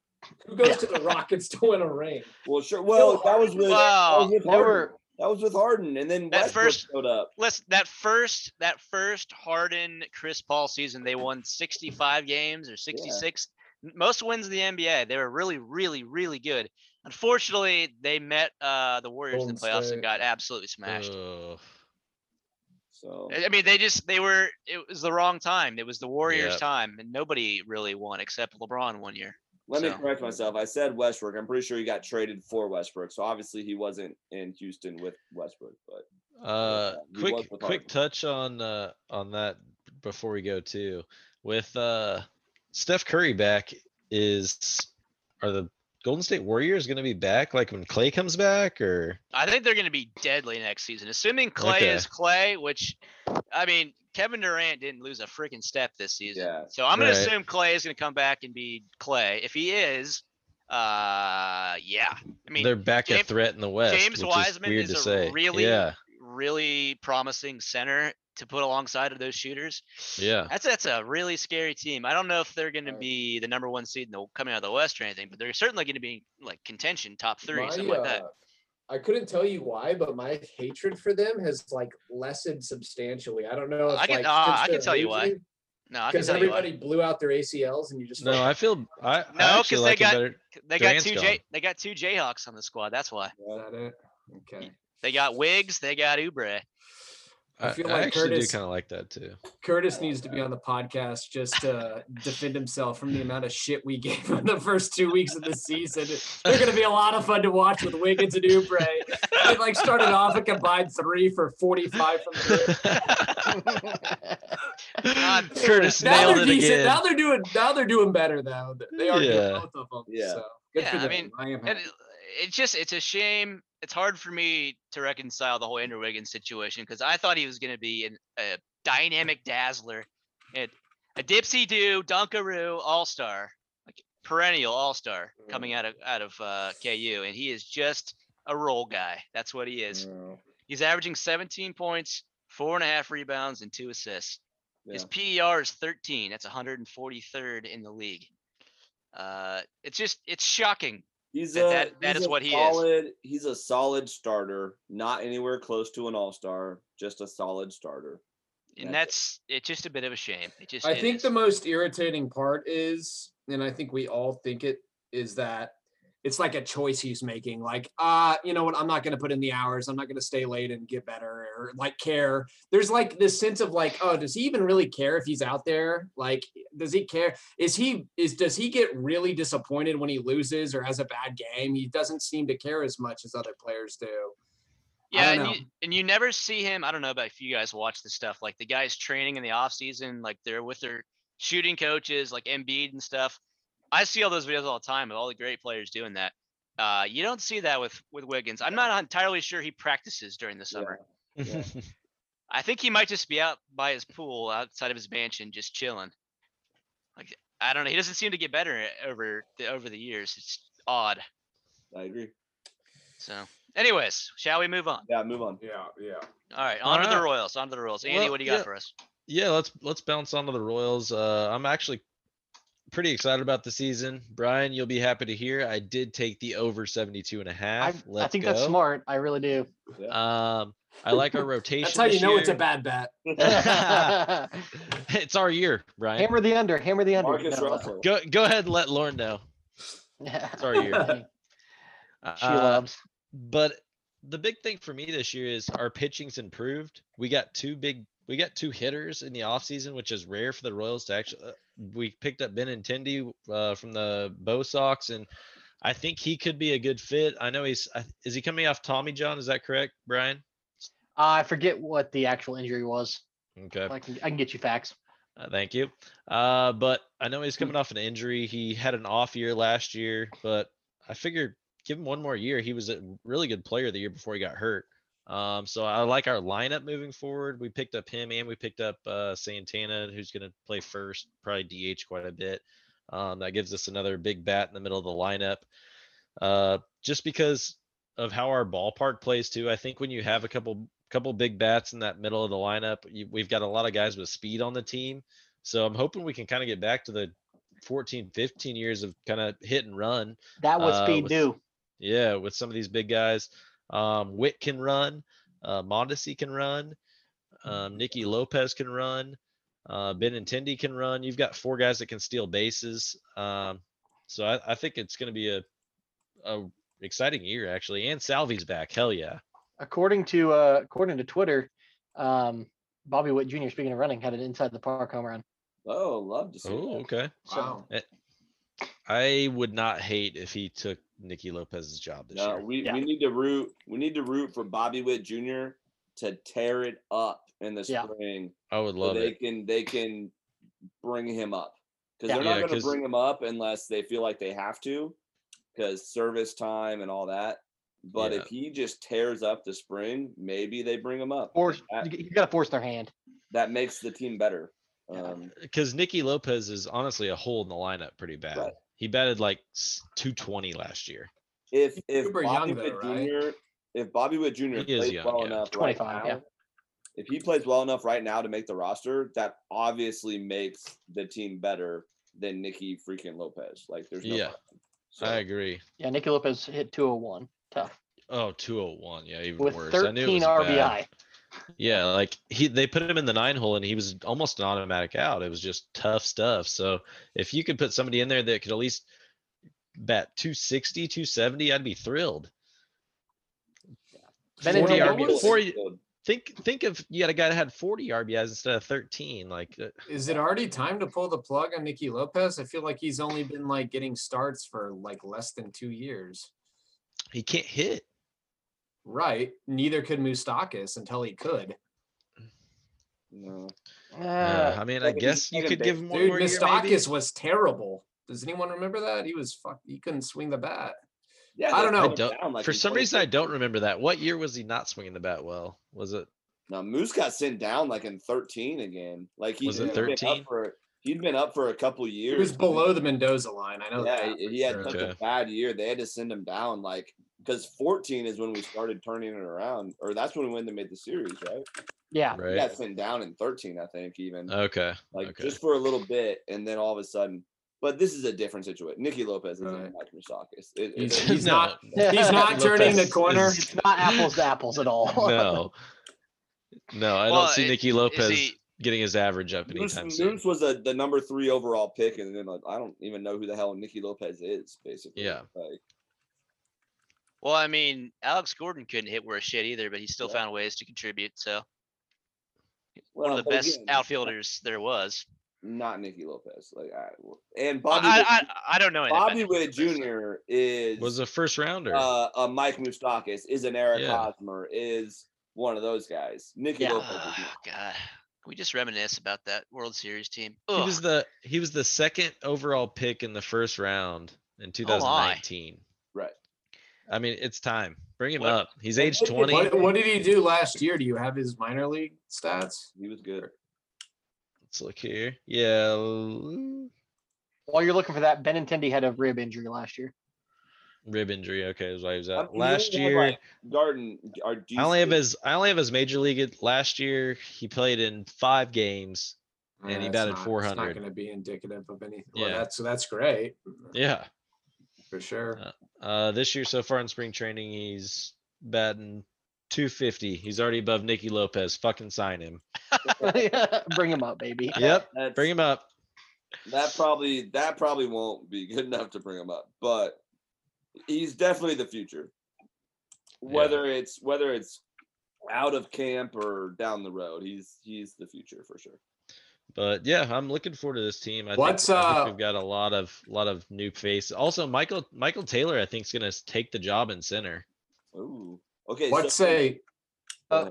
Who goes to the Rockets to win a ring?
Well, sure. Well, that was with, that
Wow.
was with
There
Harden.
were
That was with Harden, and then
That
Westbrook
first-
showed up.
Let's that first that first Harden Chris Paul season, they won 65 games or 66. M- Most wins in the NBA. They were really, really, really good. Unfortunately, they met uh, the Warriors in the
Golden
playoffs
State.
and got absolutely smashed.
Ugh.
So
I I mean, they just they were it was the wrong time. It was the Warriors'
Yep.
time, and nobody really won except LeBron one year.
let me
so-
correct myself. I said Westbrook. I'm pretty sure he got traded for Westbrook. So obviously he wasn't in Houston with Westbrook, but
Uh,
he was
quick,
with
quick
Harden.
touch on uh on that before we go too. With uh Steph Curry back, is are the Golden State Warriors going to be back like when Clay comes back or
I think they're going to be deadly next season, assuming Clay
Okay.
is Clay. Which, I mean, Kevin Durant didn't lose a freaking step this season,
Yeah.
so I'm going
Right.
to assume Clay is going to come back and be Clay. If he is, uh, yeah, I mean,
they're back a
James-
threat in the West?
James
which is
Wiseman
weird
is
to
a
say.
really-
yeah,
really promising center to put alongside of those shooters.
yeah.
That's that's a really scary team. I don't know if they're going to
Right.
be the number one seed in the, coming out of the West or anything, but they're certainly going to be like contention, top [laughs] three, something like that.
uh, I couldn't tell you why, but my hatred for them has like lessened substantially. I don't know. If,
I can-
like,
uh,
since
I can
the
tell you why.
losing,
No, I can
Because
tell you why.
everybody blew out their ACLs, and you just
No,
felt-
I feel I, I
No,
actually
'cause they
like
got-
it better.
They got
Durant's
two J.
gone.
They got two Jayhawks on the squad. That's why
Is that it? Okay.
they got Wigs. They got Ubre.
I,
I feel
I
like
actually
Curtis-
do kind of like
[laughs]
that too.
Curtis needs to be on the podcast just to defend himself from the amount of shit we gave him the first two weeks of the season. They're going to be a lot of fun to watch with Wiggins and Oubre. It like started off a combined three for 45 from the
[laughs]
God,
Curtis
now
nailed
they're
it
decent.
again. [laughs]
Now they're doing. Now they're doing better. Though they are
Yeah.
good, both of them.
Yeah.
So good for
Yeah, I
them.
mean,
I am
And
happy.
it- it's just it's a shame. It's hard for me to reconcile the whole Andrew Wiggins situation because I thought he was going to be an, a dynamic dazzler, and a dipsy do Dunkaroo All Star, like perennial All Star coming out of out of uh, KU, and he is just a role guy. That's what he
Mm.
is. He's averaging 17 points, four and a half rebounds, and two assists. His PER is 13. That's 143rd in the league. Uh, it's just it's shocking.
He's a,
That- that- that
he's
is
a
what he is.
solid, He's a solid starter, not anywhere close to an all-star, just a solid starter.
and that's it's just a bit of a shame. It just
I
it
think
is.
the most irritating part is, and I think we all think it is that it's like a choice he's making. Like, ah, you know what? I'm not going to put in the hours. I'm not going to stay late and get better or like care. There's like this sense of like, oh, does he even really care if he's out there? Like, does he care? Is he is does he get really disappointed when he loses or has a bad game? He doesn't seem to care as much as other players do. I
yeah,
don't
and you, and you never see him. I don't know about if you guys watch this stuff. Like the guys training in the off season, like they're with their shooting coaches, like Embiid and stuff. I see all those videos all the time of all the great players doing that. Uh, you don't see that with with Wiggins. I'm not entirely sure he practices during the summer. I think he might just be out by his pool outside of his mansion, just chilling. Like I don't know. He doesn't seem to get better over the over the years. It's odd.
I agree.
So, anyways, shall we move on?
Yeah, move on.
Yeah, yeah.
All right,
All
on to the
right.
Royals. On to the Royals. Andy,
Well,
what do you got
yeah.
for us?
yeah, let's let's bounce onto the Royals. Uh, I'm actually pretty excited about the season. Brian, you'll be happy to hear I did take the over 72 and a
I,
half.
I
Let's
think
go.
that's smart. I really do. [laughs]
Um, I like our
[laughs]
rotation.
That's how you
this
know it's a
year.
bad bet.
hammer
[laughs] it's our year, Brian.
the under. Hammer the under.
Marcus
No, uh, [laughs]
Russell.
Go go ahead, and let Lauren know. It's our year.
Uh, she
Uh,
loves.
but the big thing for me this year is our pitching's improved. We got two big we got two hitters in the offseason, which is rare for the Royals to actually uh, we picked up Ben Intendi uh, from the Bo Sox and I think he could be a good fit. I know he's I- is he coming off Tommy John, is that correct, Brian?
I forget what the actual injury was.
Okay.
I can, I can get you facts.
Uh, thank you. Uh, but I know he's coming off an injury. He had an off year last year, but I figured give him one more year. He was a really good player the year before he got hurt. Um, so I like our lineup moving forward. We picked up him and we picked up uh, Santana, who's going to play first, probably DH quite a bit. Um, that gives us another big bat in the middle of the lineup. Uh, just because of how our ballpark plays too. I think when you have a couple couple big bats in that middle of the lineup, you, we've got a lot of guys with speed on the team. So I'm hoping we can kind of get back to the 14, 15 years of kind of hit and run.
That was
Uh,
speed
with-
do.
Yeah, with some of these big guys. Um, Witt can run. Uh, Mondesi can run. Um, Nicky Lopez can run. Uh, Ben Intendi can run. You've got four guys that can steal bases. Um, so I, I think it's going to be a, a exciting year actually. And Salvi's back. Hell yeah.
According to uh, according to Twitter, um, Bobby Witt Jr. Speaking of running, had an inside the park home run.
Oh, love to see.
Oh,
that.
okay.
So
Wow.
I would not hate if he took Nicky Lopez's job this
No,
year.
we,
Yeah.
we need to root. We need to root for Bobby Witt Jr. to tear it up in the
Yeah.
spring.
I would
so
love
they
it.
can they can bring him up because
Yeah.
they're not
Yeah,
going
'cause-
to bring him up unless they feel like they have to because service time and all that. But
Yeah.
if he just tears up the spring, maybe they bring him up.
force
That,
you got to force their hand.
that makes the team better.
Yeah.
Um,
Because Nicky Lopez is honestly a hole in the lineup pretty bad.
Right.
He batted like s- 220 last year.
if
He's
if
super
Bobby
young, though,
Witt
right?
Jr. If Bobby Wood Jr.
He is
plays
young,
well
yeah.
enough right
25,
now,
yeah.
if he plays well enough right now to make the roster, that obviously makes the team better than Nicky freaking Lopez. Like, there's no
Yeah.
question. So,
I agree.
Yeah, Nicky Lopez hit 201. Tough
Oh, 201. Yeah, even
with
worse. I knew it
13
was
RBI.
bad. Yeah, like he they put him in the nine hole and he was almost an automatic out. It was just tough stuff. So if you could put somebody in there that could at least bat 260, 270, I'd be thrilled.
Ben
40
Intendi-
RBI.
what was-
Four- Think think of you got a guy that had 40 RBIs instead of 13. Like uh,
Is it already time to pull the plug on Nicky Lopez? I feel like he's only been like getting starts for like less than two years.
he can't hit.
Right. Neither could Mustakis until he could.
No.
Uh,
Uh,
I mean, I
like, he's
guess you
second
could
base.
give him one
Dude,
more year. Maybe.
Mustakis was terrible. Does anyone remember that? He was fuck. He couldn't swing the bat.
Yeah,
I don't
they
know.
put
Don't-
him down, like,
For
in
some reason, I
2015.
don't remember that. What year was he not swinging the bat well? Was it?
No, Moose got sent down like in 13 again. Like he
Was it 13?
for he'd been up for a couple years.
He was below the Mendoza line. I know
Yeah,
that.
he,
for
he had
sure.
such a
Okay.
bad year. They had to send him down like because 14 is when we started turning it around, or that's when we went to made the series, right?
yeah,
He
Right.
got sent down in 13, I think, even
Okay.
like
okay.
just for a little bit, and then all of a sudden. But this is a different situation. Nicky Lopez isn't
Right.
like Misakis. It,
He's-
it,
he's not-
[laughs]
No.
He's not turning the
Lopez
corner.
is-
it's not apples to apples at all.
no. No, I
Well,
don't see
i-
Nicky
Is
Lopez
he,
getting his average up
Moose,
anytime soon.
Moose was a, the number three overall pick, and then like, I don't even know who the hell Nicky Lopez is, basically.
Yeah.
Like,
well, I mean, Alex Gordon couldn't hit worth shit either, but he still
Yeah.
found ways to contribute. So
well,
one of the
but
best
again,
outfielders there was.
Not Nicky Lopez. Like, I, and Bobby,
I,
Witt-
I, I don't know. anything about
Bobby
Nick
Witt
Lopez, so- [sighs]
Jr. is
Was a first rounder.
uh, a Mike Moustakis, is an Eric
Yeah.
Hosmer, is one of those guys. Nicky
Yeah.
Lopez. Is
Oh,
not.
God. Can we just reminisce about that World Series team?
he
Ugh.
was the he was the second overall pick in the first round
Oh,
in 2019.
Right.
I mean, it's time. Bring him
What-
up. He's
what
age
did-
[laughs]
20.
What, what did he do last year? Do you have his minor league stats?
He was good.
Let's look here. Yeah. l-
[laughs] While you're looking for that, Ben Intendi had a rib injury last year. [laughs]
Rib injury. Okay, is why he was
I'm-
out.
you
Last
only have,
year,
like, Garden. Are, do you
I only have
think-
his I only have his major league at- last year. He played in five games. And he
it's
batted
not- it's
400.
Not going to be indicative of anything. Well,
Yeah.
that's so that's great
Yeah.
for sure.
Uh, this year so far in spring training, he's batting 250. He's already above Nicky Lopez. Fucking sign him.
Bring him up, baby.
Yep.
that's-
[laughs] Bring him up.
that probably that probably won't be [laughs] good enough to bring him up, but he's definitely the future. Whether it's whether it's out of camp or down the road, he's he's the future for sure.
But yeah, I'm looking forward to this team. I
What's,
think, I
uh,
think we've got a lot of lot of new faces. Also, Michael Michael Taylor, I think, is gonna s- take the job in center.
Ooh. Okay.
What's
so-
a
Uh,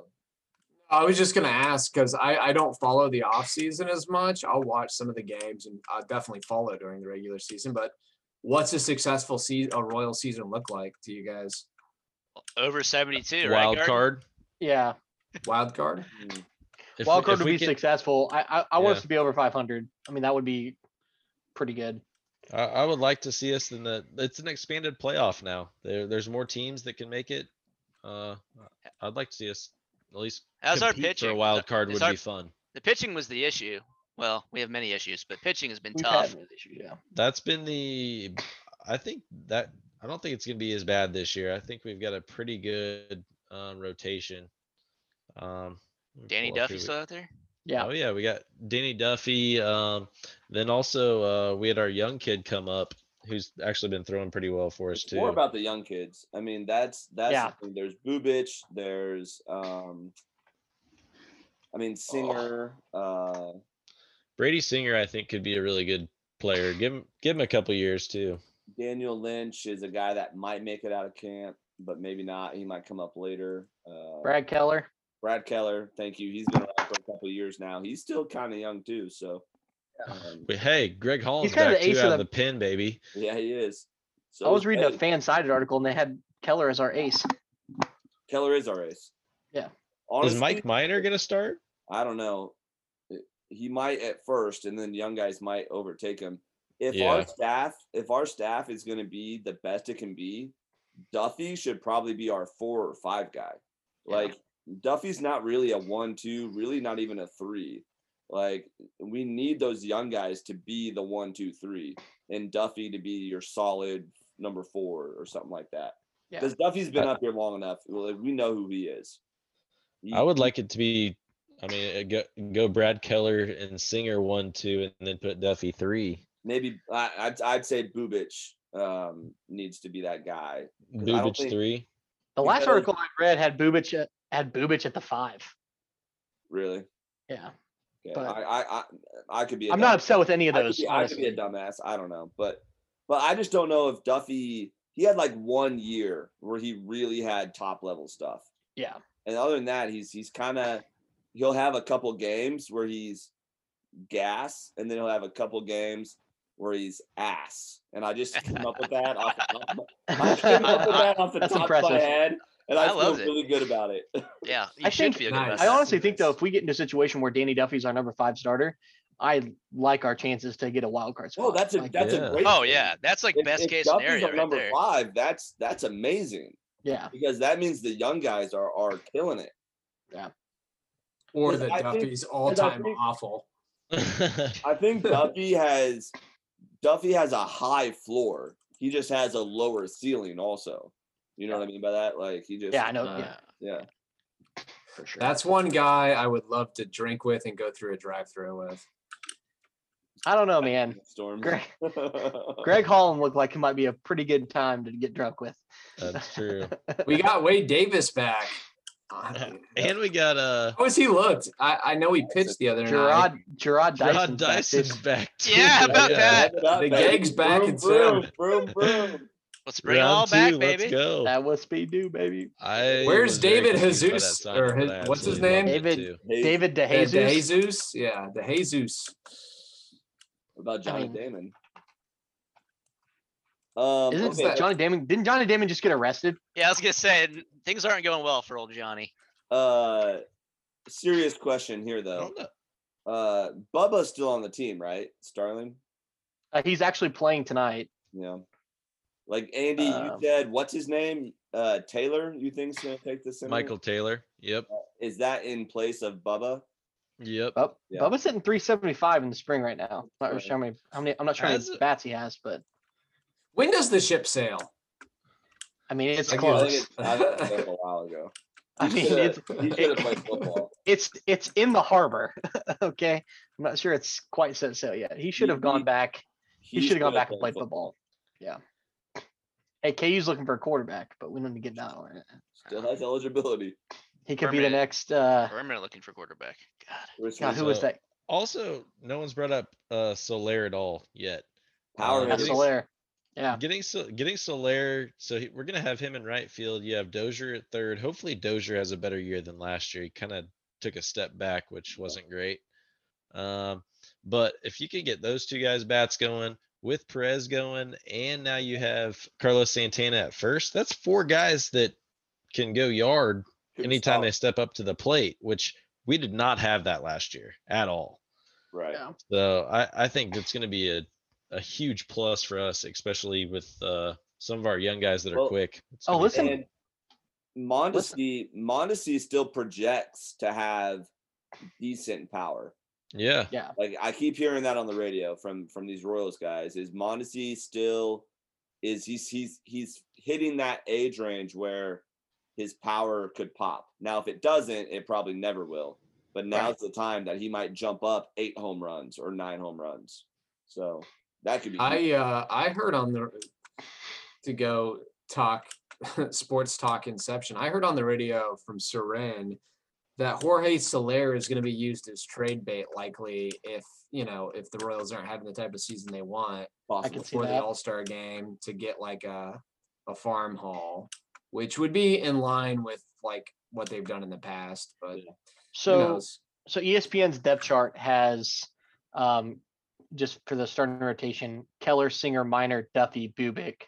I was just gonna ask because I, I don't follow the off season as much. I'll watch some of the games and I definitely follow during the regular season. But what's a successful season, a royal season look like to you guys?
over 72, right?
Wild
Gardner?
card.
Yeah,
Wild card.
Hmm.
If we-
wild card
if
would be
we can-
successful. I I, I want
Yeah.
us to be over 500. I mean, that would be pretty good.
I, I would like to see us in the. It's an expanded playoff now. There, there's more teams that can make it. Uh, I'd like to see us at least
How's our
compete
pitching?
for a wild
The-
card
is
would
our-
be fun.
The pitching was the issue. Well, we have many issues, but pitching has been
We've
tough.
had issues, yeah.
That's been the. I think that I don't think it's gonna be as bad this year. I think we've got a pretty good um, rotation. Um, let me
Danny
pull up
Duffy
who we-
still out there?
Yeah.
Oh yeah, we got Danny Duffy. Um, then also uh, we had our young kid come up, who's actually been throwing pretty well for us
It's
too.
more about the young kids. I mean, that's that's
Yeah.
the thing. there's Bubich, there's um, I mean Singer. Uh,
Brady Singer, I think, could be a really good player. Give him give him a couple years too.
Daniel Lynch is a guy that might make it out of camp, but maybe not. He might come up later. Uh,
Brad Keller.
Brad Keller, thank you. He's been around for a couple of years now. He's still kind of young too. So um,
But hey, Greg Holland's
kinda
back
the
too
ace of
out of
the-
the pen, baby.
yeah, he is. So
I was
is
reading a
Brady.
fan sided article and they had Keller as our ace.
Keller is our ace.
Yeah.
Honestly,
Is Mike Miner gonna start?
I don't know. It- He might at first, and then young guys might overtake him. If
Yeah.
our staff, if our staff is going to be the best it can be, Duffy should probably be our four or five guy.
Yeah.
Like Duffy's not really a one-two, really not even a three. Like we need those young guys to be the one-two-three, and Duffy to be your solid number four or something like that.
Yeah.
Because Duffy's been
I-
up here long enough. Like, we know who he is. He-
I would like it to be. I mean, uh, go, go Brad Keller and Singer one, two, and then put Duffy three.
maybe I, I'd, I'd say Bubich um, needs to be that guy. 'Cause I don't
Bubich
think-
three. [laughs]
The
You
last
gotta-
article I read had Bubich at, had Bubich at the five.
Really,
Yeah.
yeah.
But-
I, I, I, I could be. a
I'm not
dumb-
upset with any of
I could,
those.
be, I could be a
honestly.
dumbass. I don't know, but but I just don't know if Duffy. He had like one year where he really had top level stuff,
Yeah.
and other than that, he's he's kind of he'll have a couple games where he's gas, and then he'll have a couple games where he's ass. And I just came up with that off, off [laughs] my-
[laughs]
I came up with that off the
That's
top of my
impressive.
head, and I,
I
feel
love it.
really good about it. [laughs]
Yeah, you
I
should
think-
feel good
Nice.
about
I
that.
honestly think though,
Yes.
if we get into a situation where Danny Duffy's our number five starter, I like our chances to get a wild card spot.
Oh, that's a
Like,
that's
Yeah.
a great.
Oh
thing.
yeah, that's like
If-
best
if
case
Duffy's
scenario
our
right
number
there.
five. That's that's amazing
yeah.
because that means the young guys are are killing it.
Or
Because
the
I think-
Duffy's all time
think-
awful.
I
[laughs]
think Duffy has Duffy has a high floor. He just has a lower ceiling, also. You know what I mean by that? Like he just
Yeah, I know.
Uh,
yeah,
yeah.
for sure.
That's one guy I would love to drink with and go through a drive through with.
I don't know, Oh, [laughs]
[laughs]
man.
Storm.
Greg Greg Holland looked like it might be a pretty good time to get drunk with.
That's true.
We got Wade Davis back. I don't-
And we got uh
How has he looked? I, I know he pitched the other night.
Gerard Gerard
Rod
Dyson's back, too.
Dyson's back. too.
Yeah, how about that?
The gag's back
Broom,
in
broom,
town.
broom,
[laughs]
broom.
Let's bring it
Round
all back,
two,
baby.
Let's go.
That was speed do, baby.
I
Where's
was very
David
confused by that
Jesus?
sign,
Or
but
his-
I
what's his
absolutely loved
name?
it
David-
too.
Hey,
David
The
DeJesus.
Jesus. Yeah, the Jesus.
what about Johnny
mean-
Damon? Um,
Isn't
okay,
Johnny Damon? Didn't Johnny Damon just get arrested?
Yeah, I was gonna say n- things aren't going well for old Johnny.
uh, serious question here
I
though.
don't know.
Uh, Bubba's still on the team, right? Starling,
Uh, he's actually playing tonight.
yeah. Like Andy, you
Um,
said, what's his name? Uh, Taylor, you think's gonna take this?
Michael Taylor. Yep.
is that in place of Bubba?
Yep.
Bub,
Yeah.
Bubba's hitting 375 in the spring right now. Not really
Right.
sure how many, how many. I'm not sure how many
Has it-
bats he has, but
When does the ship sail?
I mean it's
I
I think
close.
it's, I
[laughs]
think it's been a while ago.
I
He
mean
shoulda-
it's
he should have
[laughs]
played football.
it's it's in the harbor. [laughs] okay, I'm not sure it's quite set sail yet. He should have gone
he-
back. He should have gone
shoulda
back and played football. Yeah. Hey, KU's looking for a quarterback, but we don't need to get down on it.
Still has eligibility.
He could be the
Permanent.
next. uh
Or I'm not looking for quarterback. God.
Which
God,
was
who was
So-
that?
Also, no one's brought up uh Solaire at all yet.
Power
Uh,
Yeah,
hitters.
getting-
Soler. Yeah.
Getting so getting Solaire, so he, we're gonna have him in right field. You have Dozier at third. Hopefully Dozier has a better year than last year. He kind of took a step back, which wasn't great. Um, but if you could get those two guys bats going with Perez going, and now you have Carlos Santana at first, that's four guys that can go yard
Couldn't
anytime they
stop.
step up to the plate, which we did not have that last year at all.
right.
Yeah.
So I, I think that's going to be a, a huge plus for us, especially with uh, some of our young guys that are
Well-
quick. It's
Oh,
gonna be
listen.
fun.
And Mondesi, Mondesi still projects to have decent power.
Yeah.
Yeah.
Like I keep hearing that on the radio from from these Royals guys. Is Mondesi still is he's he's he's hitting that age range where his power could pop. Now, if it doesn't, it probably never will. But now's the time that he might jump up eight home runs or nine home runs. So that could be. huge.
I uh I heard on the to go talk [laughs] sports talk inception. I heard on the radio from Seren that Jorge Soler is going to be used as trade bait likely if, you know, if the Royals aren't having the type of season they want
I
Possible.
can
[laughs]
see
before the
that.
All-Star game to get like a a farm haul, which would be in line with like what they've done in the past, but who
So,
knows?
so E ESPN's depth chart has, um, just for the starting rotation, Keller, Singer, Minor, Duffy, Bubik,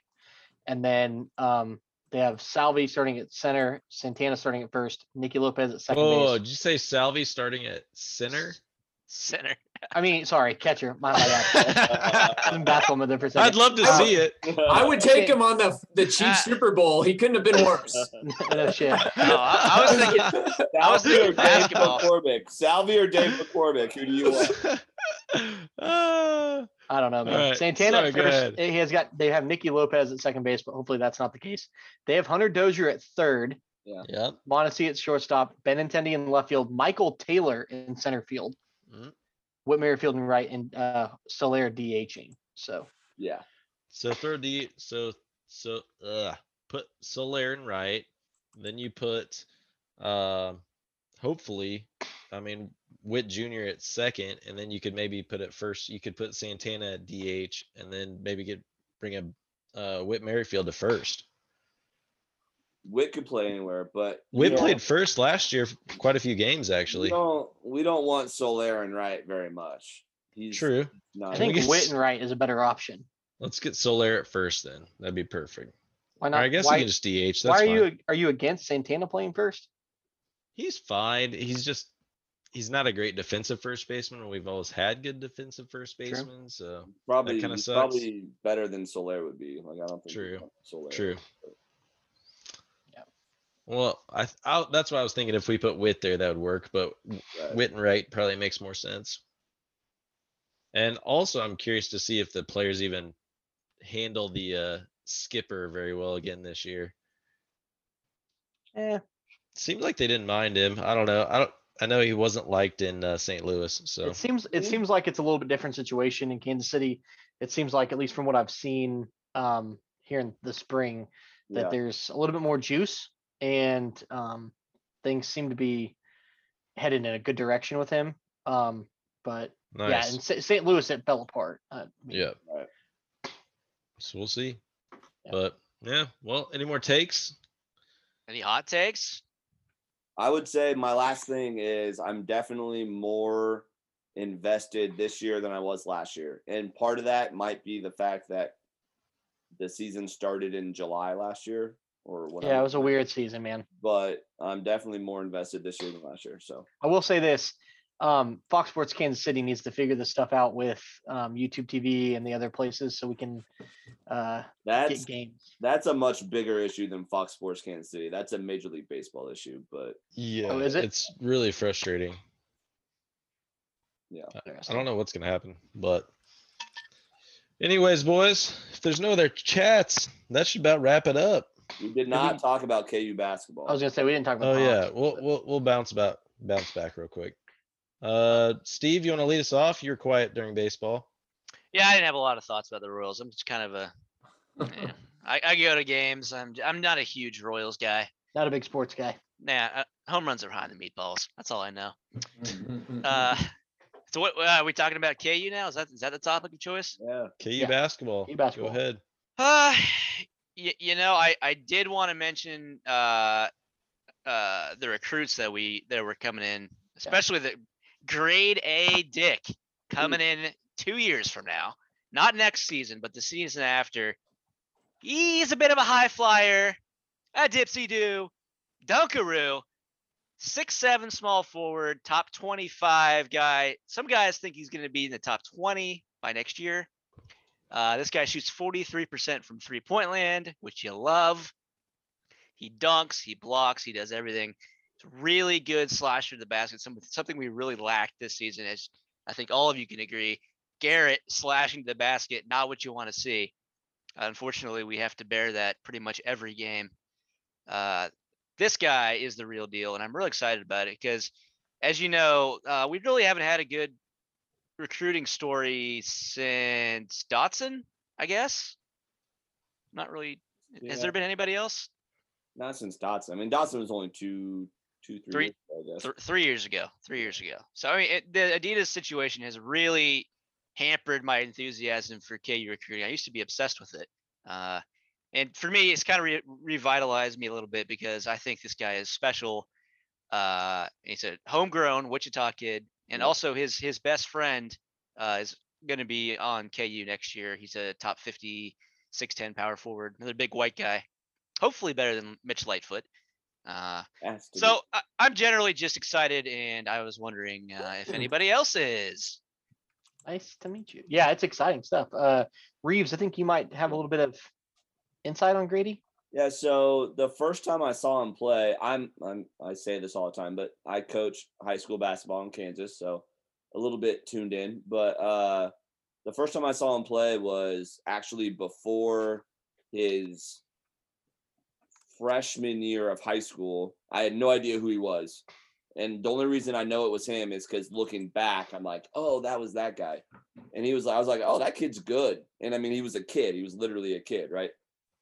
and then um, they have Salvi starting at center, Santana starting at first, Nicky Lopez at second
Whoa,
base.
did you say Salvi starting at center?
Center. [laughs] Oh,
I mean, sorry, catcher. My
[laughs]
bad. I was in
I'd
bafflement there for a second.
love to see it.
I would take
uh, okay. Uh,
him on the the cheap
Ah.
Super Bowl. He couldn't have been
[laughs]
worse.
[laughs] no shit.
No, I, I was thinking.
I was thinking Dave
basketball.
McCormick. Salvi or Dave McCormick? Who do you want?
[laughs] Ah,
I don't know, man.
Alright,
Santana
sorry,
at
go
first.
ahead.
He has got. They have Nicky Lopez at second base, but hopefully that's not the case. They have Hunter Dozier at third,
yep.
Mondesi at shortstop, Benintendi in left field, Michael Taylor in center field,
Mm.
Whit Merrifield in right, and uh, Soler DHing. So
Yeah.
So throw D. So so uh, put Soler in right. Then you put, um, hopefully, I mean Witt Jr. at second, and then you could maybe put at first. You could put Santana at DH, and then maybe get bring a uh, Whit Merrifield to first.
Witt could play anywhere, but we
Witt
don't-
played first last year, for quite a few games actually.
We don't, we don't want Solaire and Wright very much. He's
True.
Not,
I
I
think
think
Whit
it's-
and right is a better option.
Let's get Soler at first then. That'd be perfect.
Why
Or
not?
I guess
why
he can just DH. That's
why are
fine.
you are you against Santana playing first?
He's fine. He's just he's not a great defensive first baseman. and We've always had good defensive first basemen. So
probably
kinda
he's
sucks.
probably better than Solaire would be. Like I don't think we
True.
want Soler.
true.
Yeah.
Well, I, th- I that's what I was thinking. If we put Wit there, that would work. But
Uh,
Right.
Wit and Wright probably makes more sense. And also, I'm curious to see if the players even handle the uh, skipper very well again this year.
Eh,
Seems like they didn't mind him. I don't know. I don't. I know he wasn't liked in uh, St. Louis. So
It seems it
Mm.
seems like it's a little bit different situation in Kansas City. It seems like, at least from what I've seen um, here in the spring, that
Yeah.
there's a little bit more juice and um, things seem to be headed in a good direction with him. Um, but yeah,
nice.
in Sa- St. Louis, it fell apart. Uh, I mean,
Yeah.
Right.
So we'll see.
Yeah.
But yeah, well, any more takes?
Any hot takes?
I would say my last thing is I'm definitely more invested this year than I was last year. And part of that might be the fact that the season started in July last year or whatever.
yeah, it was a weird season, man.
but I'm definitely more invested this year than last year. So
I will say this. Um, Fox Sports Kansas City needs to figure this stuff out with um, YouTube TV and the other places so we can uh,
that's
get games.
that's a much bigger issue than Fox Sports Kansas City. That's a major league baseball issue, but
Yeah,
Oh, is it?
it's really frustrating. I don't know what's gonna happen, but anyways, boys, if there's no other chats, that should about wrap it up.
we did
we-
not talk about KU basketball.
I was gonna say we didn't talk about.
Oh yeah,
politics,
we'll
but-
we'll we'll bounce about bounce back real quick. Uh, Steve, you want to lead us off? You're quiet during baseball.
Yeah, I didn't have a lot of thoughts about the Royals. I'm just kind of a. yeah. I, I go to games. I'm j- I'm not a huge Royals guy.
not a big sports guy.
Nah, uh, home runs are high in the meatballs. That's all I know.
Mm-hmm,
Uh, [laughs] so what uh, are we talking about? KU now? Is that is that the topic of choice?
yeah.
KU
Yeah,
basketball.
KU basketball.
Go ahead.
Uh, you, you know, I, I did want to mention uh, uh, the recruits that we that were coming in, especially the grade A Dick coming in two years from now, not next season, but the season after. He's a bit of a high flyer, a dipsy do, Dunkaroo, six seven small forward, top twenty five guy. Some guys think he's going to be in the top twenty by next year. Uh, this guy shoots 43% from three point land, which you love. He dunks, he blocks, he does everything. It's really good slasher to the basket. Some, something we really lacked this season is, I think all of you can agree, Garrett slashing to the basket, not what you want to see. Unfortunately, we have to bear that pretty much every game. Uh, this guy is the real deal, and I'm really excited about it because, as you know, uh, we really haven't had a good recruiting story since Dotson, I guess. Not really.
Yeah.
Has there been anybody else?
Not since Dotson. I mean, Dotson was only two, two, three.
Three-
years ago, I guess.
Th- three years ago. Three years ago. So I mean, it, the Adidas situation has really hampered my enthusiasm for KU recruiting. I used to be obsessed with it, uh, and for me, it's kind of re- revitalized me a little bit because I think this guy is special. Uh, he's a homegrown Wichita kid, and
Yep.
also his his best friend uh, is going to be on KU next year. He's a top 50, 6'10 power forward, another big white guy. Hopefully, better than Mitch Lightfoot. Uh,
Has to be.
so I, I'm generally just excited, and I was wondering uh,
Mm.
if anybody else is.
Nice to meet you. Yeah, it's exciting stuff. Uh, Reeves, I think you might have a little bit of insight
[laughs]
on Grady.
Yeah, so the first time I saw him play, I'm, I'm I say this all the time, but I coach high school basketball in Kansas, so a little bit tuned in. But uh, the first time I saw him play was actually before his freshman year of high school. I had no idea who he was, and the only reason I know it was him is because looking back, I'm like, oh, that was that guy, and he was. I was like, oh, that kid's good, and I mean, he was a kid. He was literally a kid, right?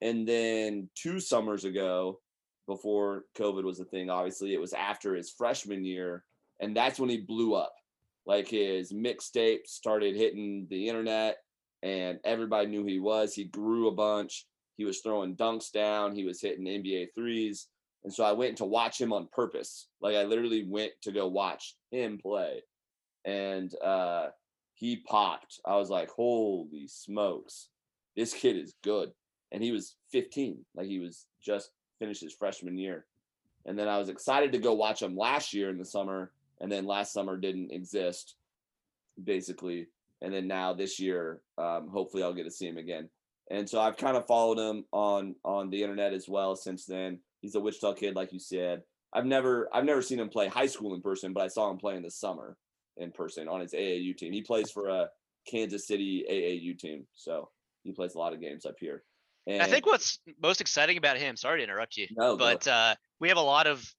And then two summers ago, before COVID was a thing, obviously, it was after his freshman year. And that's when he blew up. Like his mixtape started hitting the internet, and everybody knew who he was. He grew a bunch. He was throwing dunks down. He was hitting NBA threes. And so I went to watch him on purpose. Like I literally went to go watch him play. And uh, he popped. I was like, holy smokes, this kid is good and he was 15 like he was just finished his freshman year and then i was excited to go watch him last year in the summer and then last summer didn't exist basically and then now this year um, hopefully i'll get to see him again and so i've kind of followed him on on the internet as well since then he's a wichita kid like you said i've never i've never seen him play high school in person but i saw him play in the summer in person on his aau team he plays for a kansas city aau team so he plays a lot of games up here and
I think what's most exciting about him. Sorry to interrupt you,
No, go
but uh, we have a lot of.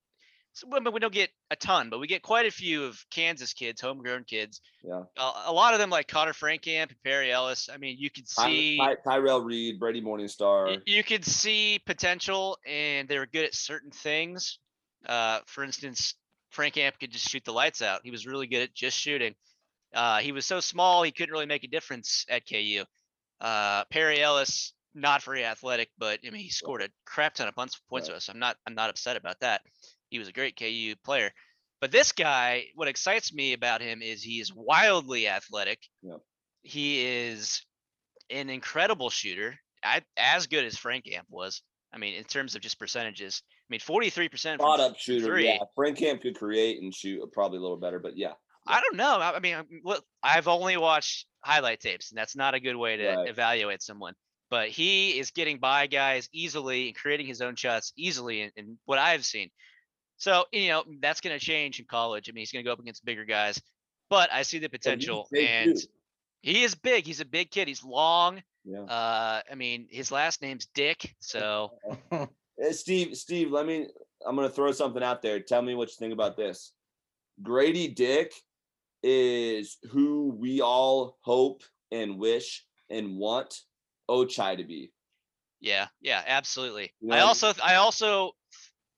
so- well, We don't get a ton, but we get quite a few of Kansas kids, homegrown kids.
Yeah.
A, a lot of them, like Connor Frankamp and Perry Ellis. I mean, you could
Ty-
see
Ty- Tyrell Reed, Brady Morningstar.
y- you could see potential, and they were good at certain things. Uh, for instance, Frank Amp could just shoot the lights out. He was really good at just shooting. Uh, he was so small he couldn't really make a difference at KU. Uh, Perry Ellis, not very athletic, but I mean he scored a crap ton of punts, points
Right.
with us. I'm not I'm not upset about that. He was a great KU player. But this guy, what excites me about him is he is wildly athletic.
Yep.
He is an incredible shooter. I, as good as Frank Amp was. I mean, in terms of just percentages, I mean, 43% from
Spot up shooter.
three.
Yeah. Frank Camp could create and shoot probably a little better, but yeah.
I don't know. I I mean, I'm- look, I've only watched highlight tapes, and that's not a good way to
Right.
evaluate someone. But he is getting by guys easily and creating his own shots easily, in, in what I've seen. So you know that's going to change in college. I mean, he's going to go up against bigger guys, but I see the potential,
big,
and
too.
he is big. He's a big kid. He's long.
Yeah.
Uh, I mean, his last name's Dick, so
Uh, Steve, Steve, let me I'm gonna throw something out there. Tell me what you think about this. Grady Dick is who we all hope and wish and want Ochai to be.
Yeah, yeah, absolutely.
You
I
know what I mean?
also, th- I also,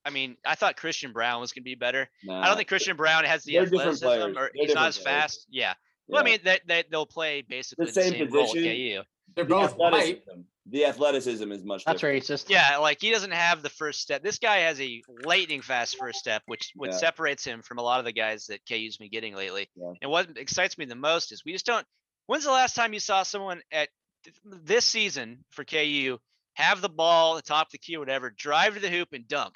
I mean, I thought Christian Brown was going to be better. I
Nah,
don't think Christian Brown has the
They're different
athleticism,
players.
or
They're
he's not
different
as
players.
fast. Yeah. Well, I
yeah.
mean, that they, they'll play basically the same,
same
role at
position.
KU.
They're
the
both white.
athleticism, the athleticism is much
That's
different.
racist.
Yeah, like he doesn't have the first step. This guy has a lightning fast first step, which which
Yeah.
separates him from a lot of the guys that KU's been getting lately.
Yeah.
And what excites me the most is we just don't. When's the last time you saw someone at th- this season for KU have the ball atop the key or whatever, drive to the hoop and dunk?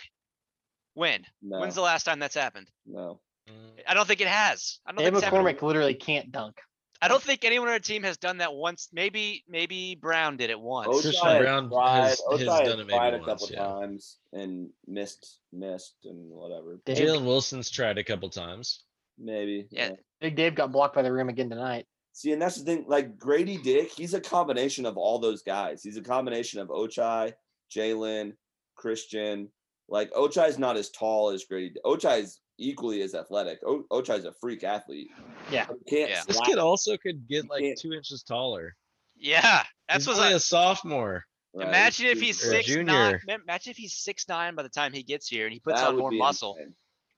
When?
No,
When's the last time that's happened?
no.
Mm,
I don't think it has. I don't
Dave
think it's happened.
McCormick literally can't dunk.
I don't think anyone on our team has done that once. Maybe maybe Brown did it once.
Oshai- Christian
has
Brown has- has
Ochai
done it maybe
tried a
once,
couple
yeah.
times and missed, missed, and whatever.
Dave,
Jalen Wilson's tried a couple times.
Maybe.
Yeah.
Big Dave got blocked by the rim again tonight.
See, and that's the thing. Like Grady Dick, he's a combination of all those guys. He's a combination of Ochai, Jalen, Christian. Like Ochai's not as tall as Grady. Dick. Ochai's equally as athletic. O- Ochai's a freak athlete.
Yeah.
He can't
Yeah.
This
slap-
kid also could get
Yeah.
like two inches taller.
Yeah, that's
That's He's
what's
only
like.
a sophomore.
right,
Imagine if he's
or a
six nine.
junior.
Imagine if he's six nine by the time he gets here and he puts
That
on
would
more
be
muscle.
insane.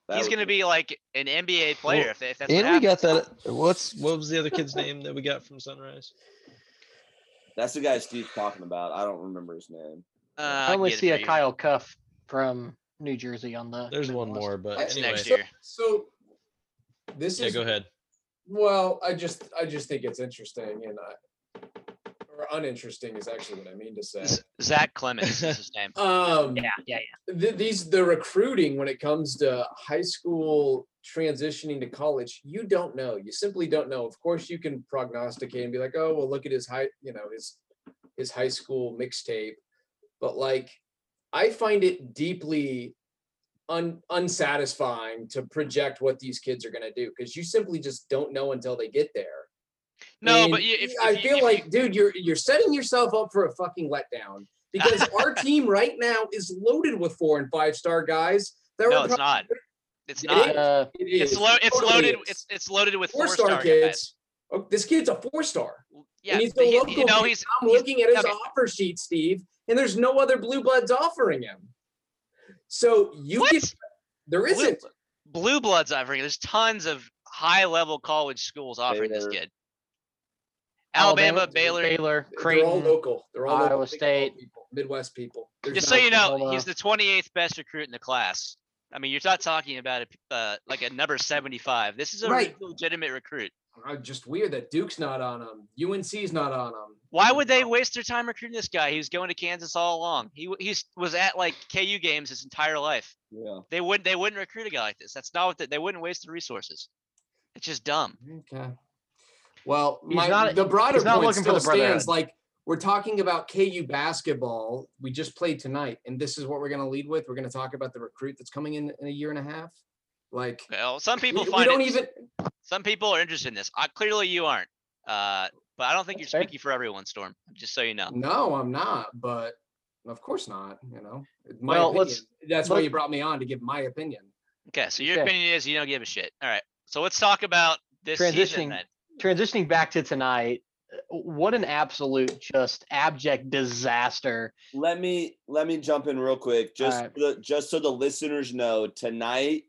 That
he's
would
gonna
be-
be like an NBA player if, if that's what
And we got
happens.
that. uh, What's what was the other kid's name that we got from Sunrise?
That's the guy Steve's talking about. I don't remember his name.
Uh,
I
I'll
only
get it
see
for
a
you.
Kyle Cuff from New Jersey on the.
There's
on the
one
list.
more, but
That's
anyway.
next year.
So this
Yeah,
is
go ahead.
well, I just I just think it's interesting and I, or uninteresting is actually what I mean to say.
Z- Zach Clemens is his
[laughs]
name.
Um,
yeah,
th- these the recruiting when it comes to high school transitioning to college you don't know you simply don't know of course you can prognosticate and be like oh well look at his high you know his his high school mixtape but like i find it deeply un- unsatisfying to project what these kids are going to do because you simply just don't know until they get there
No,
and
but you, if,
I
if you-
feel
if you-
like, dude, you're you're setting yourself up for a fucking letdown
[laughs]
because our team right now is loaded with four and five star guys. That
no,
were
it's not. It's
It
not.
Uh,
is. prob- it
It's
is.
lo-
It
It's
totally
loaded.
is.
It's it's loaded with
four
four
star
star
kids. Oh, this kid's a four star.
Yeah,
And he's
but
the
he-
local
you know,
kid.
he's
I'm
he's-
looking at his
okay.
offer sheet, Steve, and there's no other blue bloods offering him. So you
what?
get there
Blue-
isn't.
Blue Bloods offering. There's tons of high level college schools offering this
Baylor.
kid. Alabama, Baylor.
Baylor,
They're all
Creighton.
local. They're all
Iowa
local Big 12
State.
people, Midwest people. There's
Just so
not
you know,
Oklahoma.
he's the 28th best recruit in the class. I mean, you're not talking about a, uh, like a number 75. This is a
Right.
legitimate recruit.
Uh, just weird that Duke's not on them. UNC's not on them.
Why would they waste their time recruiting this guy? He was going to Kansas all along. He he was at like KU games his entire life.
Yeah.
They would they wouldn't recruit a guy like this. That's not what they, they wouldn't waste the resources. It's just dumb.
Okay. Well,
He's
my,
not-
the broader
he's not
point
looking for
still
the brotherhood.
stands. Like we're talking about KU basketball. We just played tonight, and this is what we're going to lead with. We're going to talk about the recruit that's coming in in a year and a half. Like
Well, some
we,
people
we
find
don't
it,
even.
some people are interested in this. I, clearly you aren't. Uh, but I don't think you're
That's fair.
speaking for everyone, Storm. Just so you
Mm,
know.
No, I'm not. But of course not. You know, my
Well,
opinion.
let's-
that's why
let-
you brought me on to give my opinion.
Okay, so your
Okay.
opinion is you don't give a shit. All right, so let's talk about this season
Transitioning-
then.
Transitioning back to tonight, uh, what an absolute just abject disaster.
let me let me jump in real quick just
Alright.
so the, just so the listeners know tonight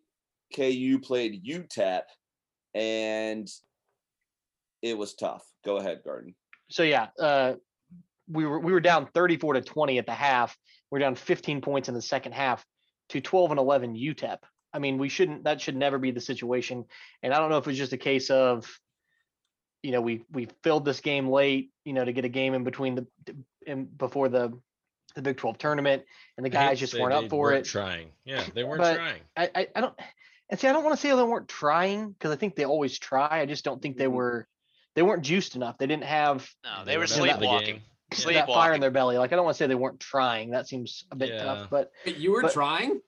ku played utep and it was tough go ahead garden
So yeah, uh, we were we were down 34 to 20 at the half. We're down 15 points in the second half to 12 and 11 UTEP. E I mean, we shouldn't. That should never be the situation. And I don't know if it's just a case of, you know, we we filled this game late, you know, to get a game in between the and before the the Big 12 tournament, and the
I hate
guys
to
just
say
weren't
they
up for
weren't
it.
Trying, yeah, they weren't
But-
trying.
I, I, I don't and see I don't want to say they weren't trying because I think they always try. I just don't think they
Mm-hmm.
Mhm.
were they weren't juiced enough. They didn't have
No,
And
they were
down at the
sleepwalking.
game.
that
Sleepwalking.
fire in their belly. Like I don't want to say they weren't trying. That seems a bit
Yeah.
[laughs]
tough. But
But you were
But-
trying.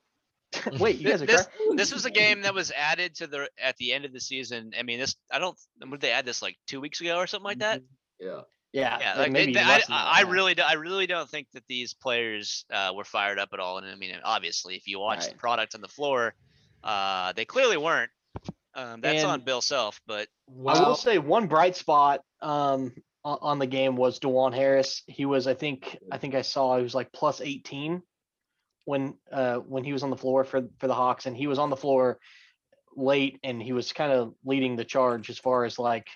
wait, you
Th-
guys are trying.
This was a game that was added to the at the end of the season. I mean, this I don't. Would they add this like two weeks ago or something like that?
[laughs] Yeah.
Yeah,
Yeah, like they,
Mm-hmm. maybe
they- I,
less than that,
I I
yeah.
really, do, I really don't think that these players uh, were fired up at all. And I mean, obviously, if you watch the
Right.
product on the floor, uh, they clearly weren't. Um, that's on
And-
Bill Self, but
I
Well,
will say one bright spot um, o- on the game was Dewan Harris. He was, I think, I think I saw he was like plus eighteen when uh, when he was on the floor for for the Hawks, and he was on the floor late, and he was kind of leading the charge as far as like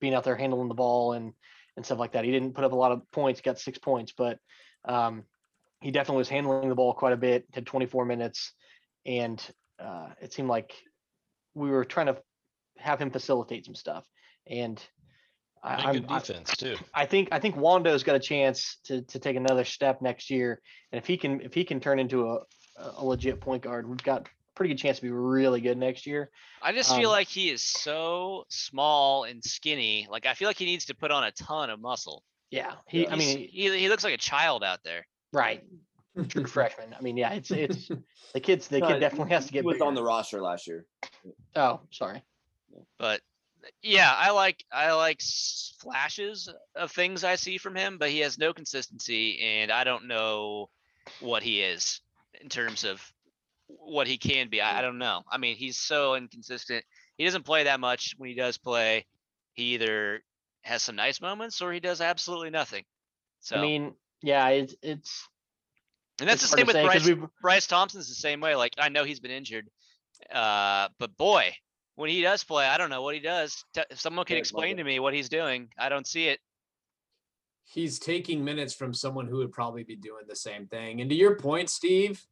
being out there handling the ball and and stuff like that. He didn't put up a lot of points, got six points, but um, he definitely was handling the ball quite a bit. Had twenty four minutes, and uh, it seemed like we were trying to have him facilitate some stuff. And I,
Playing
I'm,
good
I,
defense too.
I think I think Wando's got a chance to to take another step next year. And if he can if he can turn into a a legit point guard, we've got pretty good chance to be really good next year.
I just feel
Um,
like he is so small and skinny. Like I feel like he needs to put on a ton of muscle.
Yeah, he. I
He's-
mean, he-
he, he looks like a child out there.
right, true freshman. I mean, yeah, it's it's the kids. The
No,
kid definitely has to
he
get
was on
bigger.
the roster last year
Oh, sorry.
But uh, yeah, I like I like s- flashes of things I see from him, but he has no consistency, and I don't know what he is in terms of what he can be. I, I don't know. I mean, he's so inconsistent. He doesn't play that much. When he does play, he either has some nice moments or he does absolutely nothing. So,
I mean, yeah, it's it's.
and that's the
it's
same with
hard to say
Bryce.
'cause we've-
Bryce Thompson's the same way. Like I know he's been injured, uh, but boy, when he does play, I don't know what he does. T- if someone can
Yeah, love
explain
it.
to me what he's doing, I don't see it.
he's taking minutes from someone who would probably be doing the same thing. And to your point, Steve,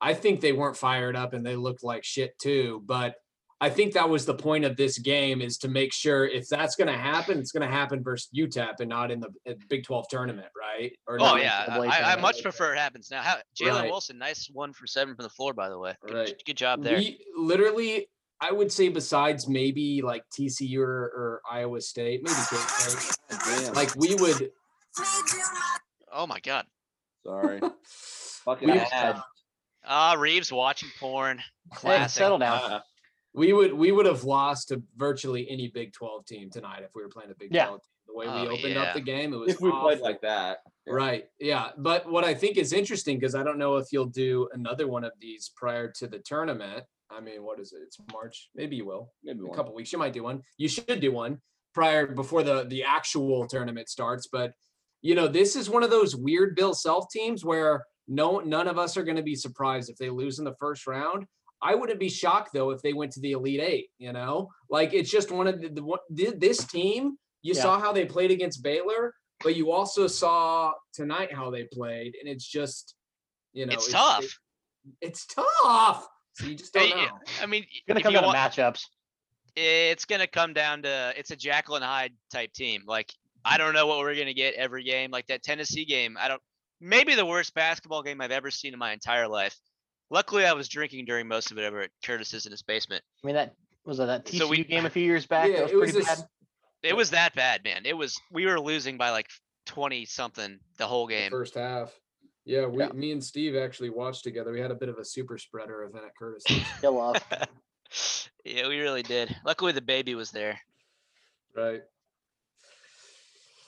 I think they weren't fired up and they looked like shit too. But I think that was the point of this game is to make sure if that's going to happen, it's going to happen versus UTEP and not in the uh, Big 12 tournament, right? Or
Oh
not-
yeah,
the
I,
Blake
I- I
guy.
much prefer it happens now. How, Jalen
Right.
Wilson, nice one for seven from the floor, by the way. Good,
Right.
good job there.
We literally, I would say, besides maybe like TCU or, or Iowa State, maybe Kent State,
Damn.
like we would
oh my God.
[laughs]
Sorry. Fucking
We-
bad. [laughs]
Ah, Reeves watching porn.
Hey,
Classic.
settle down.
Ah,
We would we would have lost to virtually any Big 12 team tonight if we were playing a Big
Yeah.
12 team. The way we
Oh,
opened
yeah.
up the game, it was
if we played
awful.
like that, yeah.
Right. Yeah. But what I think is interesting because I don't know if you'll do another one of these prior to the tournament. I mean, what is it? It's March. Maybe you will.
maybe
A
one.
couple weeks. You might do one. You should do one prior before the the actual tournament starts. But you know, this is one of those weird Bill Self teams where no none of us are going to be surprised if they lose in the first round. I wouldn't be shocked though if they went to the Elite Eight. You know, like it's just one of the, the one- thi- this team. You
Yeah.
saw how they played against Baylor, but you also saw tonight how they played, and it's just you know
it's tough.
it- it's tough. So you just don't
Hey,
know.
I mean,
Gonna
if
come
you
down to
wa-
matchups.
it's gonna come down to it's a Jacqueline Hyde type team. Like I don't know what we're gonna get every game. Like that Tennessee game, I don't. Maybe the worst basketball game I've ever seen in my entire life. Luckily, I was drinking during most of it over at Curtis's in his basement.
I mean, that was that, that TCU
So we-
game a few years back.
Yeah,
that was
it was
pretty
a s-
bad.
It was that bad, man. It was we were losing by like twenty something the whole
the
game.
first half. Yeah, we,
Yeah.
me and Steve actually watched together. We had a bit of a super spreader event at
[laughs]
Curtis.
Still up.
yeah, we really did. Luckily, the baby was there.
right.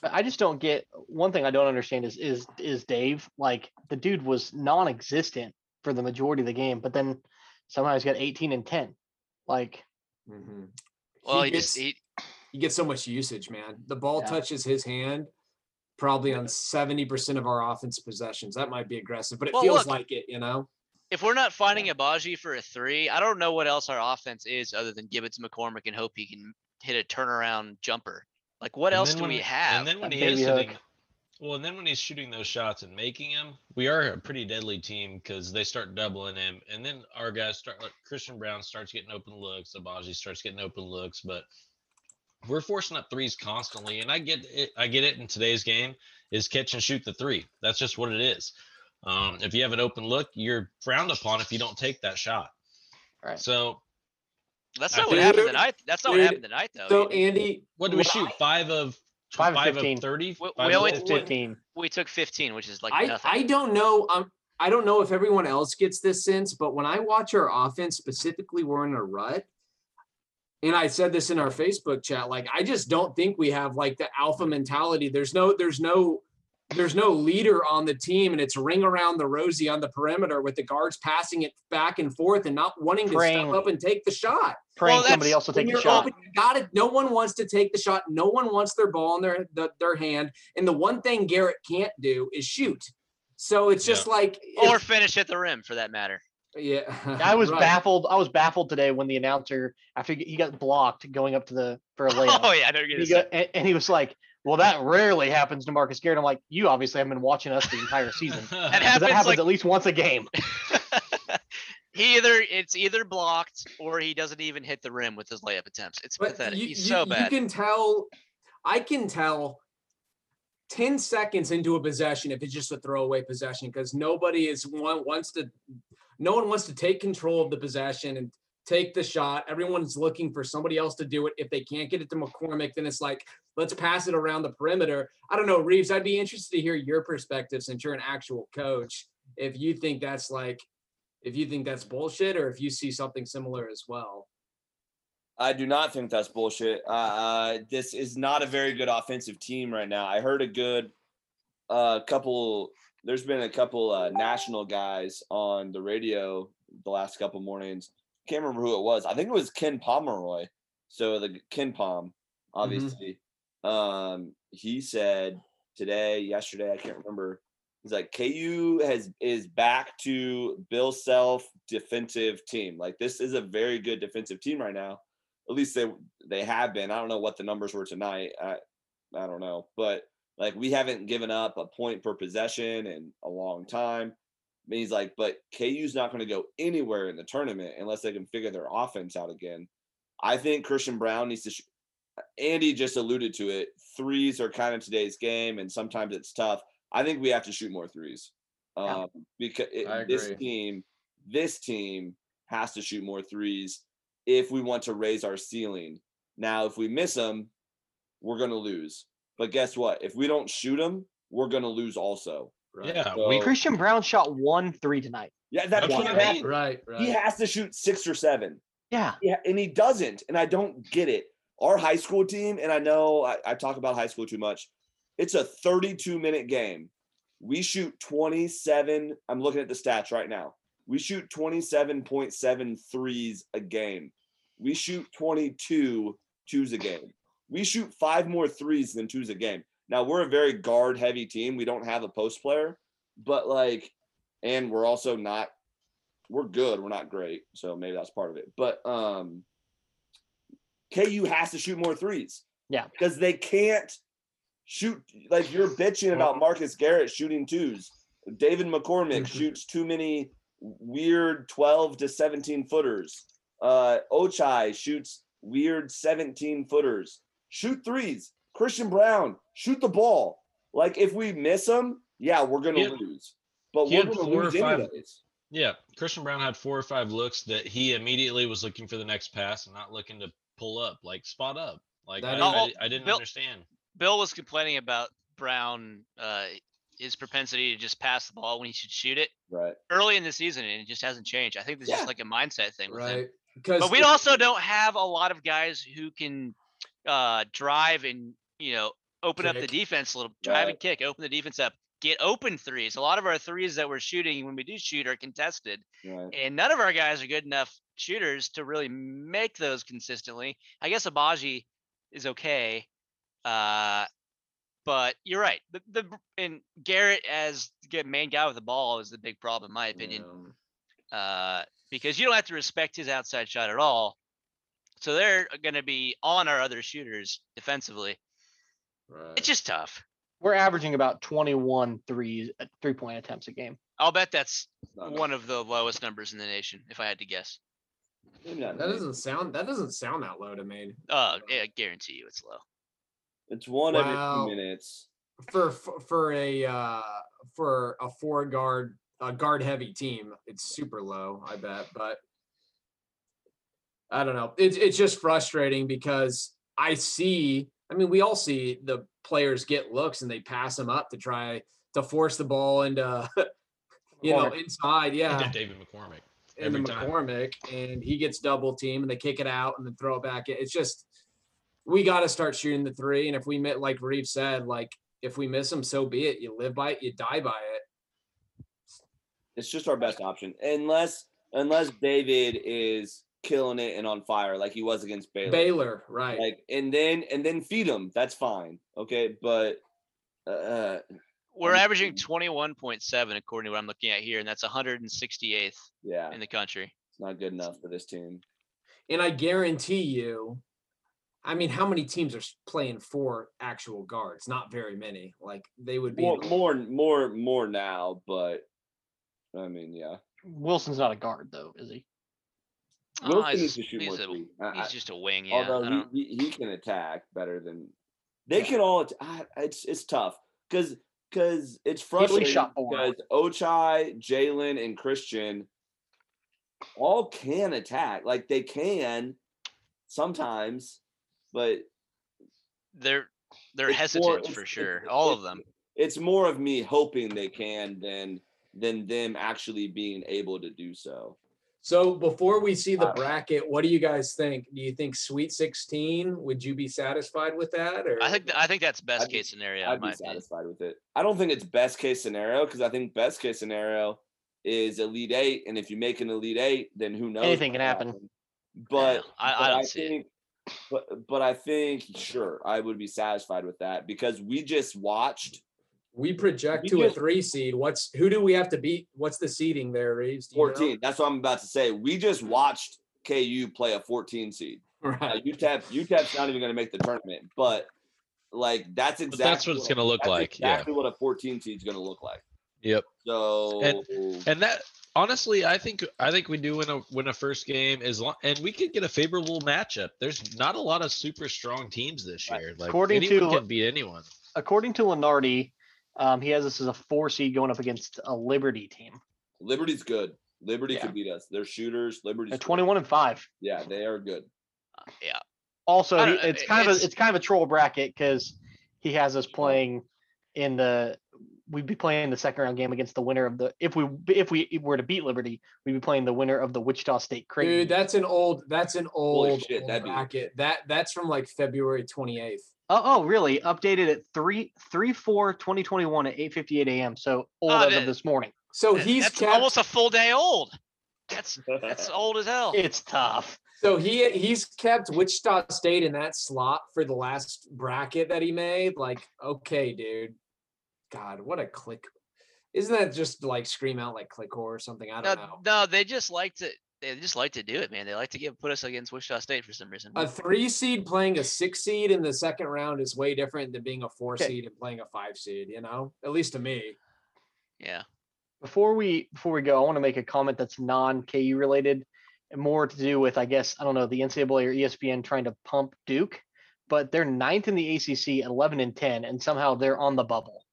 But I just don't get one thing I don't understand is is is Dave like the dude was non-existent for the majority of the game, but then somehow he's got 18 and 10. Like
Mm-hmm. Well,
he,
he,
gets,
just he,
you get so much usage, man. The ball
Yeah.
touches his hand probably on 70% of our offense possessions. That might be aggressive, but it
Well,
feels
look.
like it, you know?
if we're not finding Abaji for a three, I don't know what else our offense is other than give it to McCormick and hope he can hit a turnaround jumper. Like what
And
else
then
do
when-
we have?
And then when
That
he is
baby hook.
hitting, well, and then when he's shooting those shots and making them, we are a pretty deadly team because they start doubling him, and then our guys start like Christian Brown starts getting open looks, Abaji starts getting open looks, but we're forcing up threes constantly, and I get it. I get it. In today's game, is catch and shoot the three. That's just what it is. Um, if you have an open look, you're frowned upon if you don't take that shot.
Right.
So
That's
I
not what happened
think-
tonight. That's not what
Dude,
happened tonight though.
So,
dude.
Andy,
what do we
Well,
shoot? Five of
Five of
five
15.
of thirty.
We-
Five
we
of
only-
15?
15.
we took 15, which is like
I,
nothing.
I don't know. Um, I don't know if everyone else gets this sense, but when I watch our offense, specifically, we're in a rut. And I said this in our Facebook chat, like I just don't think we have like the alpha mentality. There's no, there's no, there's no leader on the team, and it's ring around the rosy on the perimeter with the guards passing it back and forth and not wanting to
Praying.
step up and take the shot
Praying
that's-
somebody else will
when
take the
you're
shot.
open, you got it. No one wants to take the shot. No one wants their ball in their the, their hand. And the one thing Garrett can't do is shoot. So it's just like
or
if-
finish at the rim for that matter.
yeah. [laughs]
I was
right.
baffled. I was baffled today when the announcer after he got blocked going up to the for a layup.
[laughs] Oh yeah, I know you're gonna
he
say.
got, and, and he was like, "Well, that rarely happens to Marcus Garrett." I'm like, "You obviously haven't been watching us the entire [laughs] season." 'cause
That
that
happens
happens
like
at least once a game.
[laughs] he either it's either blocked or he doesn't even hit the rim with his layup attempts. It's pathetic.
You,
He's
you-
so
you
bad.
can tell. I can tell. 10 seconds into a possession if it's just a throwaway possession because nobody is one wants to no one wants to take control of the possession and take the shot everyone's looking for somebody else to do it if they can't get it to mccormick then it's like let's pass it around the perimeter i don't know reeves i'd be interested to hear your perspective since you're an actual coach if you think that's like if you think that's bullshit or if you see something similar as well
I do not think that's bullshit. Uh, uh, this is not a very good offensive team right now. I heard a good uh, couple. There's been a couple uh, national guys on the radio the last couple mornings. Can't remember who it was. I think it was Ken Pomeroy. So the Ken Pom, obviously. Um, he said today, yesterday, I can't remember. He's like KU has is back to Bill Self defensive team. Like this is a very good defensive team right now. At least they they have been. I don't know what the numbers were tonight. I I don't know, but like we haven't given up a point per possession in a long time. And he's like, but KU's not going to go anywhere in the tournament unless they can figure their offense out again. I think Christian Brown needs to. Sh- Andy just alluded to it. Threes are kind of today's game, and sometimes it's tough. I think we have to shoot more threes
Yeah.
um, because
I
it, this
agree.
team, this team has to shoot more threes if we want to raise our ceiling. Now, if we miss them, we're going to lose. But guess what? If we don't shoot them, we're going to lose also.
Right.
Yeah,
So-
we
Christian Brown shot one three tonight.
Yeah, that
That's
can't
what I
happen.
mean.
Right. Right.
He has to shoot six or seven.
Yeah.
Yeah, and he doesn't. And I don't get it. Our high school team, and I know I, I talk about high school too much. It's a 32 minute game. We shoot 27. I'm looking at the stats right now. We shoot 27.7 threes a game. We shoot 22 twos a game. We shoot five more threes than twos a game. Now we're a very guard heavy team. We don't have a post player, but like, and we're also not we're good. We're not great. So maybe that's part of it. But um KU has to shoot more threes.
Yeah.
Because they can't shoot like you're bitching about Marcus Garrett shooting twos.
[laughs]
David McCormick shoots too many weird 12 to 17 footers. Uh Ochai shoots weird 17 footers. Shoot threes. Christian Brown, shoot the ball. Like if we miss them, yeah, we're gonna
Yeah.
lose. But
He
we're
had
gonna
four or
lose
five-
anyways.
Yeah, Christian Brown had four or five looks that he immediately was looking for the next pass and not looking to pull up, like spot up. Like I,
That
is-
I- I didn't
Bill-
understand.
Bill was complaining about Brown, uh, his propensity to just pass the ball when he should shoot it
Right.
early in the season, and it just hasn't changed. I think it's
Yeah.
just like a mindset thing with him.
Right. Because
But we also don't have a lot of guys who can uh, drive and you know open up the
Kick.
defense a little, drive
Right.
and kick, open the defense up, get open threes. A lot of our threes that we're shooting when we do shoot are contested,
Right.
and none of our guys are good enough shooters to really make those consistently. I guess Abaji is okay, uh, but you're right. The, the br- and Garrett as the main guy with the ball is the big problem, in my opinion uh, because you don't have to respect his outside shot at all. So they're going to be on our other shooters defensively.
Right.
It's just tough.
We're averaging about 21 three three point attempts a game.
I'll bet that's
It's not
one of the lowest numbers in the nation, if I had to guess.
Maybe not
That
Mm-hmm.
me.
doesn't sound that doesn't sound that low to me.
Uh,
Oh.
yeah, I guarantee you it's low.
It's one
Wow.
every two minutes.
For for for a uh for a four guard a guard heavy team, it's super low, I bet, but I don't know. It's it's just frustrating because I see, I mean, we all see the players get looks and they pass them up to try to force the ball into [laughs] you know
Corner.
[laughs]
inside.
I
Yeah.
did David McCormick.
into
Every time.
McCormick, and he gets double team, and they kick it out and then throw it back. in. It's just we got to start shooting the three, and if we met, like Reeve said, like if we miss them, so be it. You live by it, you die by it.
It's just our best option, unless unless David is killing it and on fire like he was against Baylor.
Baylor, right?
Like and then and then feed him. That's fine. Okay, but uh,
We're
Mhm.
averaging 21.7 according to what I'm looking at here, and that's 168th
yeah,
in the country.
it's not good enough for this team.
and I guarantee you, I mean, how many teams are s- playing four actual guards? Not very many. Like they would be.
More more more more now, but I mean, yeah.
Wilson's not a guard though, is he?
Ah,
Wilson
he's,
needs to shoot more
he's a-
three. I- I-
he's just a wing, yeah. I
Although
don't-
he, he, he can attack better than they
Yeah.
can all. att- I- It's it's tough because because it's
least
frustrating
shot more.
because Ochai, Jalen, and Christian all can attack. Like they can sometimes, but
they're they're
it's
hesitant
more- it's-
for
it's-
sure.
it's-
All of
it's-
them.
It's more of me hoping they can than than them actually being able to do so.
So before we see the
Uh,
bracket, what do you guys think? Do you think Sweet 16? Would you be satisfied with that? Or
I think th- I think that's best
I'd be-
case scenario. in
I'd
my
be
opinion.
satisfied with it. I don't think it's best case scenario because I think best case scenario is elite eight, and if you make an elite eight, then who knows?
Anything
what
can happen.
But
Yeah, I- I
but
don't see it.
think, But but I think sure I would be satisfied with that because we just watched
we project
We
to a
just-
three seed. What's who do we have to beat? What's the seeding there, Reeves? Do you know?
14. [laughs] That's what I'm about to say. We just watched KU play a 14 seed. Uh, Now,
Right.
UTEP UTEP's E not even going to make the tournament, but like that's
But
exactly
that's what it's going to look
that's
like. Yeah.
Exactly what a 14 seed's going to look like.
Yep.
So
And that honestly, I think I think we do win a win a first game as long, and we could get a favorable matchup. There's not a lot of super strong teams this
Right.
year. Like
According
anyone
to-
can beat anyone.
According to Lenardi, um, he has this as a four seed going up against a Liberty team.
Liberty's good. Liberty
Yeah.
could beat us. They're shooters. Liberty's
At
good.
21 and five.
Yeah, they are good.
Also,
I
he,
don't know,
it's kind of
it's-
a, it's kind of a troll bracket because he has us playing in the we'd be playing the second round game against the winner of the if we if we were to beat Liberty, we'd be playing the winner of the Wichita State Creighton.
Dude, that's an old that's an
Holy
old,
shit,
old
that'd be-
bracket. That that's from like February 28th.
Oh, oh, really? Updated at three, three, four, 2021 at eight fifty-eight AM. So old
Oh,
as
that-
of this morning.
So
That-
Oh, he's
that's
kept
almost a full day old.
[laughs]
That's that's old as hell.
It's tough.
So he he's kept Wichita State in that slot for the last bracket that he made. Like, okay, dude. God, what a click. Isn't that just like scream out like click or something? I
No,
don't know.
no, they just like to they just like to do it, man. They like to get put us against Wichita State for some reason.
A three seed playing a six seed in the second round is way different than being a four
Okay.
seed and playing a five seed, you know? At least to me.
yeah.
Before we before we go, I want to make a comment that's non-KU related and more to do with, I guess, I don't know, the NCAA or E ESPN trying to pump Duke, but they're ninth in the ACC, at eleven and ten, and somehow they're on the bubble.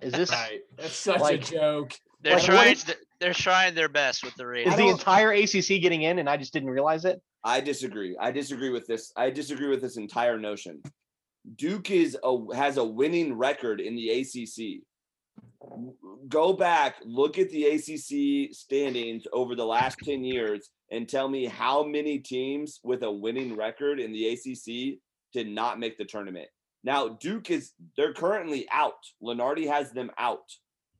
Is this
Right. That's such
Like-
a joke.
They're
Like, what
trying
if-
th- they're trying their best with the
is
rating.
the entire ACC getting in, and I just didn't realize it?
I disagree. I disagree with this. I disagree with this entire notion. Duke is a has a winning record in the ACC. Go back, look at the ACC standings over the last 10 years and tell me how many teams with a winning record in the ACC did not make the tournament. Now, Duke is they're currently out. Lenardi has them out.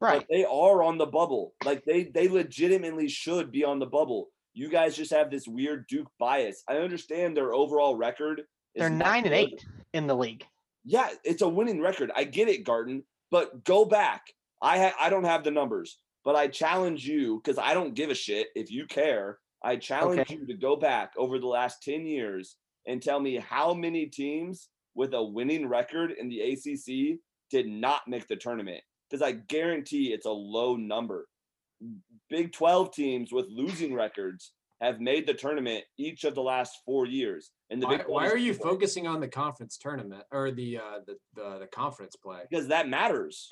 Right.
But they are on the bubble. Like they they legitimately should be on the bubble. You guys just have this weird Duke bias. I understand their overall record. is
They're
not
nine and
good.
eight in the league.
Yeah, it's a winning record. I get it, Garden. But go back. I ha- I don't have the numbers, but I challenge you because I don't give a shit if you care. I challenge
Okay.
you to go back over the last ten years and tell me how many teams with a winning record in the ACC did not make the tournament. Because I guarantee it's a low number. Big Twelve teams with losing records have made the tournament each of the last four years. And the
Why,
Big 12
why
is
are you
four.
focusing on the conference tournament or the uh the the, the conference play?
because that matters.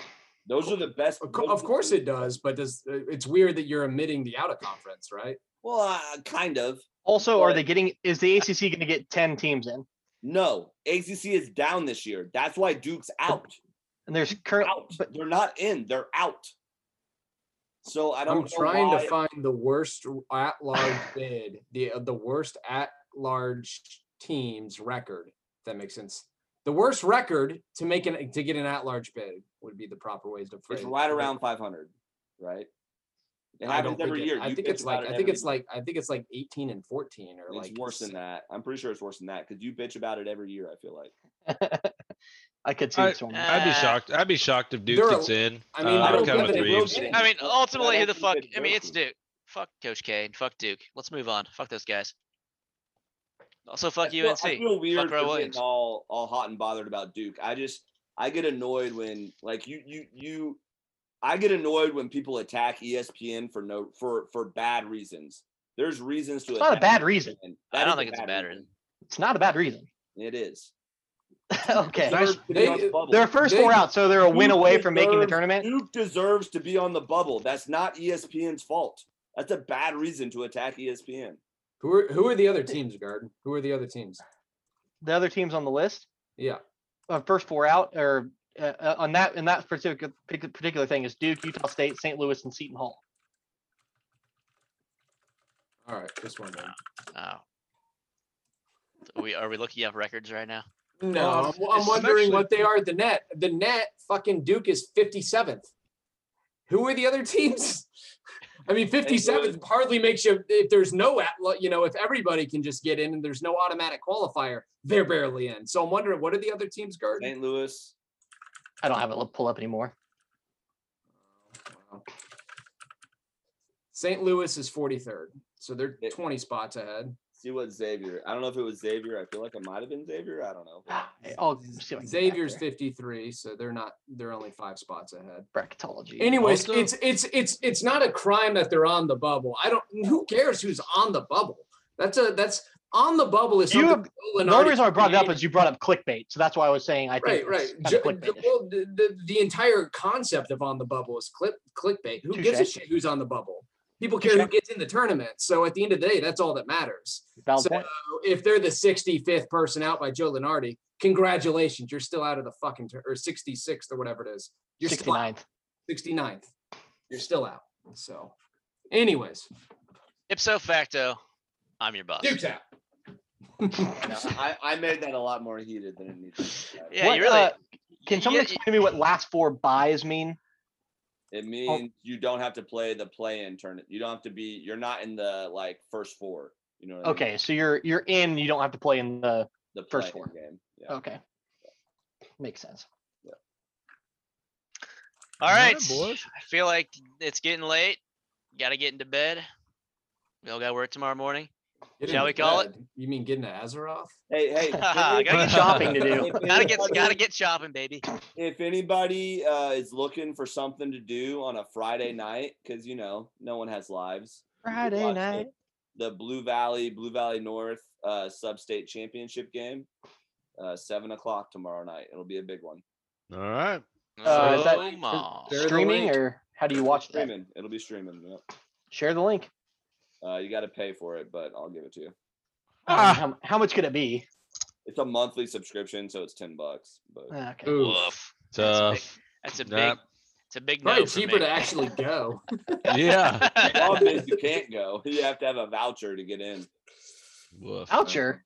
Those are the best.
Of, cour-
those
of
are the
course
best-
it does, but does uh, it's weird that you're omitting the out of conference, right?
Well, uh, kind of.
Also, are
But-
they getting? Is the ACC going to get ten teams in?
No, ACC is down this year. That's why Duke's out.
And there's current.
Out.
But
They're not in. They're out. So I don't.
I'm
know
trying
why-
to find the worst at large bid, the uh, the worst at large team's record. If that makes sense. The worst record to make an to get an at large bid would be the proper ways to phrase.
It's
it.
right around 500, right? It
I don't
happens
think
every
it-
year.
I
You
think
bitch
it's
about
like
it
I think
every
it's like I think it's like 18 and 14 or
year.
like
It's worse than that. I'm pretty sure it's worse than that because you bitch about it every year. I feel like.
I could see
I-
this one.
I'd be
Uh,
shocked. I'd be shocked if Duke
They're a-
gets in.
I mean,
Uh,
I
I'm
don't
kinda
give
with
it a
Reeves.
damn
I mean,
That
ultimately, who the
actually
fuck?
did
I mean, it's
Joku.
Duke. Fuck Coach K and fuck Duke. Let's move on. Fuck those guys. Also, fuck
I feel-
UNC.
I feel weird
fuck Roy
for getting
Williams.
all all hot and bothered about Duke. I just I get annoyed when like you you you I get annoyed when people attack E ESPN for no for for bad reasons. There's reasons to
It's not a
attack E
bad reason.
ESPN.
I
That
don't
is
think it's a bad
It's not a bad reason. [laughs]
It is.
okay.
Nice.
Deserves to be on
They-
the bubble.
They're first four
They-
out, so they're a win
Duke
away from making the
deserves-
tournament.
Duke deserves to be on the bubble. That's not E ESPN's fault. That's a bad reason to attack E ESPN.
Who are, who are the other teams, Garden? Who are the other teams?
The other teams on the list,
Yeah.
uh, first four out, or uh, uh, on that in that particular pic- particular thing is Duke, Utah State, St. Louis, and Seton Hall.
All right, just one. Down.
Oh. We are we looking up records right now?
No, I'm, I'm
it's
wondering
actually-
what they are at the net. The net, fucking Duke is 57th. Who are the other [laughs] teams? I mean, 57th hardly makes you, if there's no, at you know, if everybody can just get in and there's no automatic qualifier, they're barely in. So I'm wondering, what are the other teams guarding?
St. Louis.
I don't have it pull up anymore.
St. Louis is 43rd. So they're
Yeah.
20 spots ahead.
See what Xavier. I don't know if it was Xavier. I feel like it might have been Xavier. I don't know.
Ah,
I'll see if I can get back
Xavier's
there.
53. So they're not, they're only five spots ahead.
bracketology.
Anyways,
Also-
it's it's it's it's not a crime that they're on the bubble. I don't. Who cares who's on the bubble? That's a that's on the bubble is
You
something.
have-
Joel
the only
Lenardi
reason I brought it up
created.
is you brought up clickbait, so that's why I was saying I
right,
think
right.
it's kind
Jo-
of clickbait.
Joel- the, the, the entire concept of on the bubble is clip clickbait. Who gives a
Touche.
shit who's on the bubble? People care who gets in the tournament. So at the end of the day, that's all that matters.
Valid
So
point.
if they're the 65th person out by Joe Lenardi, congratulations, you're still out of the fucking tur- or 66th or whatever it is. You're still out. [laughs]
69th.
69th. You're still out. So, anyways,
Ipso facto, I'm your boss.
Duke's out.
No, I, I made that a lot more heated than it needs. to be.
Yeah,
What,
you really.
uh, Can someone
yeah,
explain to me what last four buys mean?
It
Oh.
means you don't have to play the play-in tournament. You don't have to be. You're not in the like first four. You know. What I mean?
Okay, so you're you're in. You don't have to play in the.
The
first
play-in
four. Oh.
game. Yeah.
Okay, makes sense.
All right,
boys.
I feel like it's getting late. Got to get into bed. We all got work tomorrow morning.
Get
Shall
in
we call it?
bed. You mean getting to Azeroth?
[laughs]
Hey, hey.
Gotta
if
get
shopping to [laughs] do.
anybody-
Gotta get, gotta get shopping, baby.
Uh,
If anybody uh, is looking for something to do on a Friday night, because you know no one has lives, you could
Friday
watch the-
night.
the Blue Valley Blue Valley North uh, Sub-State Championship game, uh, seven o'clock tomorrow night. It'll be a big one.
All right.
Uh, is that-
Oh, ma.
Is
Share the
Streaming
link.
or how do you watch that?
Streaming. It'll be streaming. Yep.
Share the link.
Uh, you got to pay for it, but I'll give it to you.
Ah.
Um, How, how much could it be?
It's a monthly subscription, so it's ten bucks.
[laughs]
But
Ah, Okay.
Ooh,
Woof. That's
Tough.
That's a big,
Not-
it's a big
Probably
no for
cheaper
me.
to actually
[laughs]
go.
yeah.
problem is you can't go. [laughs] You have to have a voucher to get in.
Woof.
Voucher.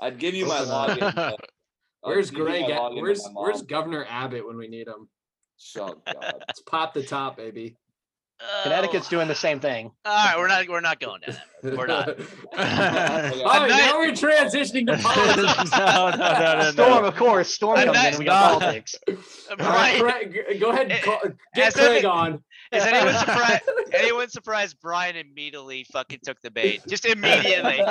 I'd give
[laughs]
you my
Open
login.
up.
but- I'd
Where's
give you my
Greg?
login
At?
to my
Where's Where's
mom.
Governor Abbott when we need him?
Oh,
[laughs]
God.
Let's pop the top, baby.
Connecticut's
Oh,
doing the same thing.
All right, we're not, we're not going down.
[laughs]
We're not.
All right,
night-
now we're transitioning
[laughs]
to
[laughs]
politics.
No, no, no, no, no.
Storm, of course. Storm
I'm
comes
not-
in. We got
no.
politics.
that.
All right,
[laughs] Brian,
Craig, go ahead. And call,
As
get
if
Craig
it-
on.
is anyone surprised?
[laughs]
Anyone surprised? Brian immediately fucking took the bait. Just immediately. [laughs]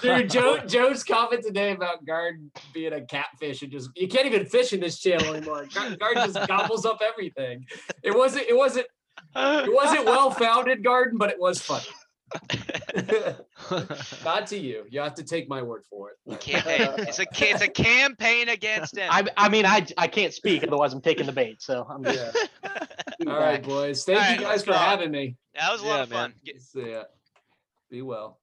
Dude, Joe, Joe's comment today about Guard being a catfish and just you can't even fish in this channel anymore. Guard, Guard
[laughs]
just gobbles up everything. It wasn't. It wasn't. It wasn't well founded, Garden, but it was
[laughs]
funny. Not to you. You have to take my word for it.
Campaign. It's a ca- it's a campaign against him.
I, I mean, I, I can't speak, otherwise I'm taking the bait. So I'm just.
All right, boys. Thank
All right,
you
let's
guys for
go.
having me.
that was a lot
Yeah,
of fun.
man.
Get-
See ya. Be well.